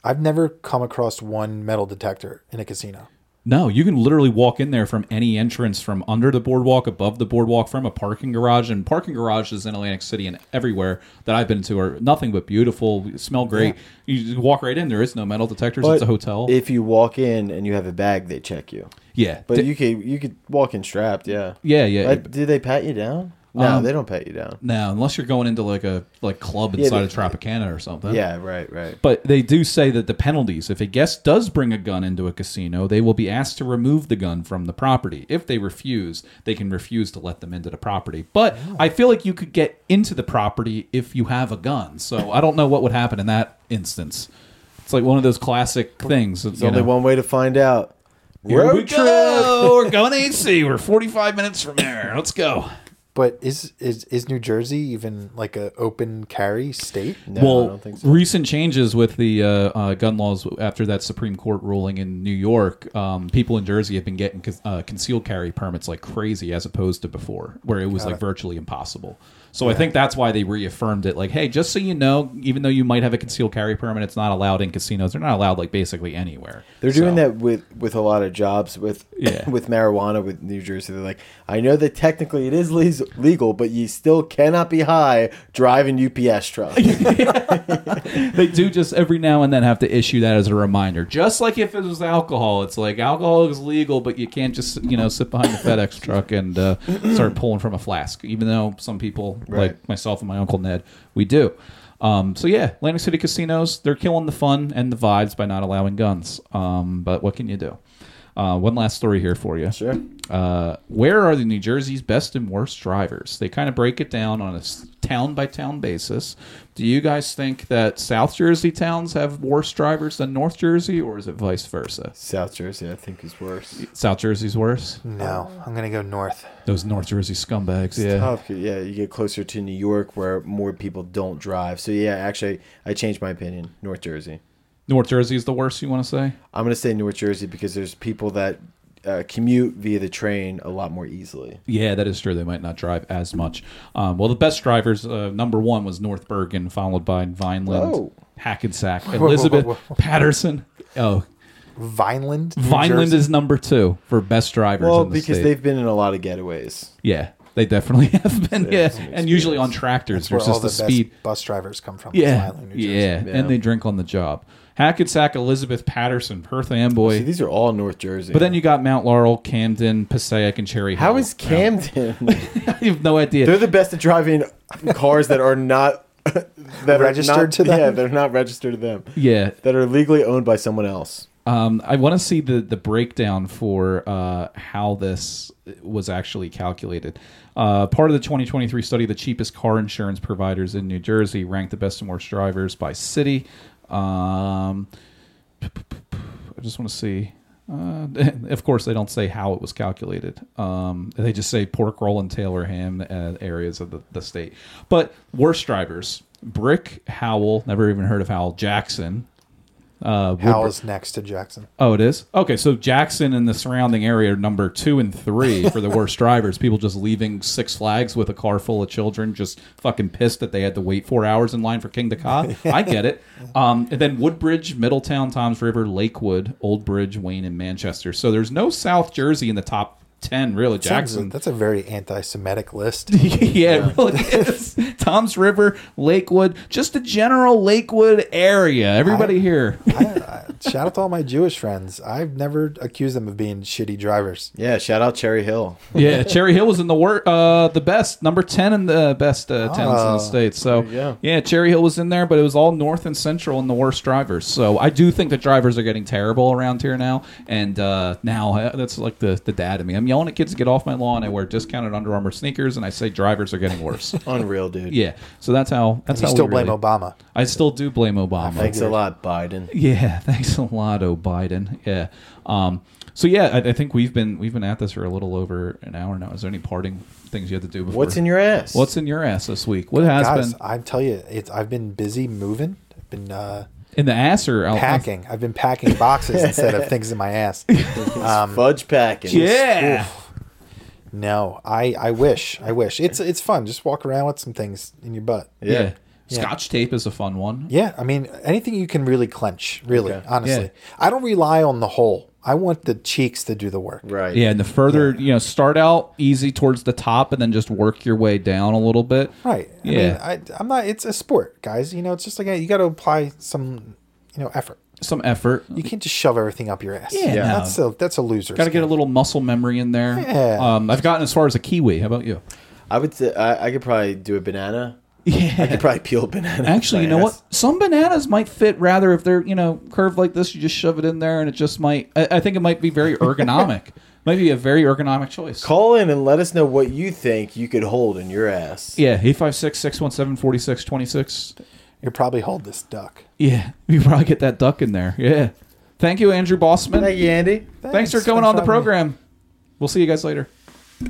I've never come across one metal detector in a casino.
No, you can literally walk in there from any entrance, from under the boardwalk, above the boardwalk, from a parking garage. And parking garages in Atlantic City and everywhere that I've been to are nothing but beautiful, smell great. You just walk right in. There is no metal detectors.
But
it's a hotel.
If you walk in and you have a bag, they check you.
yeah,
But
Th-
you could you could walk in strapped, yeah.
Yeah, yeah.
Uh, do they pat you down? No,
Um,
they don't pat you down.
now unless you're going into like a like club inside
they-
of Tropicana or something.
Yeah, right, right.
But they do say that the penalties, if a guest does bring a gun into a casino, they will be asked to remove the gun from the property. If they refuse, they can refuse to let them into the property. But
Oh.
I feel like you could get into the property if you have a gun. So I don't know what would happen in that instance. It's like one of those classic things. It's
There's only one way to find out.
Here we
Road trip.
go. We're going to AC. We're 45 minutes from there. Let's go.
But is is is New Jersey even like a open carry state?
No, I
well,
don't think so.
recent changes with the uh, uh, gun laws after that Supreme Court ruling in New York, um, people in Jersey have been getting con- uh, concealed carry permits like crazy, as opposed to before, where it was like virtually impossible. So I think that's why they reaffirmed it. Like, hey, just so you know, even though you might have a concealed carry permit, it's not allowed in casinos. They're not allowed like basically anywhere.
They're doing
So-
that with with a lot of jobs with [laughs]
Yeah.
with marijuana with New Jersey. They're like, I know that technically it is le- legal, but you still cannot be high driving
[laughs]
UPS truck.
they do just every now and then have to issue that as a reminder. Just like if it was alcohol, it's like alcohol is legal, but you can't just you know sit behind the FedEx truck and uh, start pulling from a flask. Even though some people like
Right.
myself and my uncle Ned, we do. Um, so yeah, Atlantic City casinos, they're killing the fun and the vibes by not allowing guns. Um, but what can you do? Uh, one last story here for you.
Sure.
Uh, where are the New Jersey's best and worst drivers? They kind of break it down on a town by town basis. Do you guys think that South Jersey towns have worse drivers than North Jersey, or is it vice versa?
South Jersey, I think, is worse.
South Jersey's worse.
No, I'm gonna go north.
Those North Jersey scumbags. Yeah.
Tough, Oh, yeah, you get closer to New York where more people don't drive. So yeah, actually, I changed my opinion. North Jersey.
North Jersey is the worst. You want to say?
I'm gonna say North Jersey because there's people that uh, commute via the train a lot more easily.
Yeah, that is true. They might not drive as much. Um, well, the best drivers, uh, number one was North Bergen, followed by Vineland,
Whoa.
Hackensack,
whoa,
Elizabeth,
[laughs]
whoa, whoa.
Patterson. Oh,
Vineland. New
Vineland
Jersey?
is number two for best drivers.
Well,
in the
because
state.
they've been in a lot of getaways.
Yeah. They definitely [laughs] have been, yeah.
There's some
And usually on
experience.
tractors,
where
there's
all
just
the,
the speed.
best bus drivers come from.
Yeah,
Island, New Jersey.
yeah,
Yeah.
and they drink on the job. Hackensack, Elizabeth, Patterson, Perth Amboy.
See, these are all North Jersey.
but then you got Mount Laurel, Camden, Passaic, and Cherry Hill.
how is Camden?
[laughs] I have no idea.
they're the best at driving cars that are not that
Registered
are not,
to them?
Yeah, they're not registered to them.
yeah,
That are legally owned by someone else.
Um, I want to see the the breakdown for uh, how this was actually calculated. Uh, part of the 2023 study, the cheapest car insurance providers in New Jersey ranked the best and worst drivers by city. Um, I just want to see. Uh, [laughs] of course, they don't say how it was calculated. Um, they just say pork roll and Taylor ham uh, areas of the, the state. But worst drivers: Brick, Howell, never even heard of Howell, Jackson. Uh, Woodbridge-
Howell's next to Jackson.
Oh, it is? Okay, so Jackson and the surrounding area are number two and
[laughs]
three for the worst drivers. People just leaving Six Flags with a car full of children, just fucking pissed that they had to wait four hours in line for King to
[laughs]
Cod. I get it. Um, and then Woodbridge, Middletown, Toms River, Lakewood, Old Bridge, Wayne, and Manchester. So there's no South Jersey in the top 10, really. Jackson. [laughs]
That's a very anti-Semitic list. [laughs]
yeah, it really is. Toms River, Lakewood, just the general Lakewood area. Everybody here.
I, I, shout out to all my Jewish friends. I've never accused them of being shitty drivers.
Yeah, shout out Cherry Hill.
yeah, Cherry Hill was in the wor- uh the best number ten in the best uh, towns
Oh,
in the state. So
There you go.
yeah, Cherry Hill was in there, but it was all north and central and the worst drivers. So I do think the drivers are getting terrible around here now. And uh, now uh, that's like the the dad in me. I'm yelling at kids to get off my lawn. I wear discounted Under Armour sneakers, and I say drivers are getting
[laughs]
worse.
Unreal, dude.
yeah, so that's how that's
You
how
still
we
blame
really-
Obama.
I still do blame Obama.
Thanks a lot, Biden.
Yeah, [laughs] thanks a lot, oh Biden. Yeah. Um, so yeah, I, I think we've been we've been at this for a little over an hour now. Is there any parting things you have to do before?
What's in your ass?
What's in your ass this week? What has
Guys,
been
I tell you, it's I've been busy moving. I've been uh,
in the ass or out?
packing. I've been packing
[laughs]
boxes instead of things in my ass. Um,
fudge packing?
Yeah.
no, I, I wish. I wish. It's it's fun. Just walk around with some things in your butt.
yeah,
Yeah.
Scotch tape is a fun one.
Yeah, I mean anything you can really clench, really,
Okay.
honestly.
Yeah.
I don't rely on the hole. I want the cheeks to do the work.
Right.
Yeah, and the further you know, start out easy towards the top, and then just work your way down a little bit.
Right.
Yeah.
I mean, I, I'm not. It's a sport, guys. You know, it's just like you got to apply some, you know, effort.
Some effort.
You can't just shove everything up your ass.
Yeah, no.
That's a that's a loser.
Got to get a little muscle memory in there.
Yeah.
Um, I've gotten as far as a kiwi. How about you?
I would say I, I could probably do a banana.
Yeah.
I could probably peel a banana.
Actually, you
with my
know
ass.
what? Some bananas might fit rather if they're you know curved like this. You just shove it in there, and it just might. I, I think it might be very ergonomic. might be a very ergonomic choice.
Call in and let us know what you think you could hold in your ass.
yeah, eight five six six one seven forty six twenty six.
You'll probably hold this duck.
Yeah, [laughs] you probably get that duck in there. Yeah. Thank you, Andrew Bossman.
Thank you, Andy.
Thanks for
Thanks for
coming on the
having me.
program. We'll see you guys later.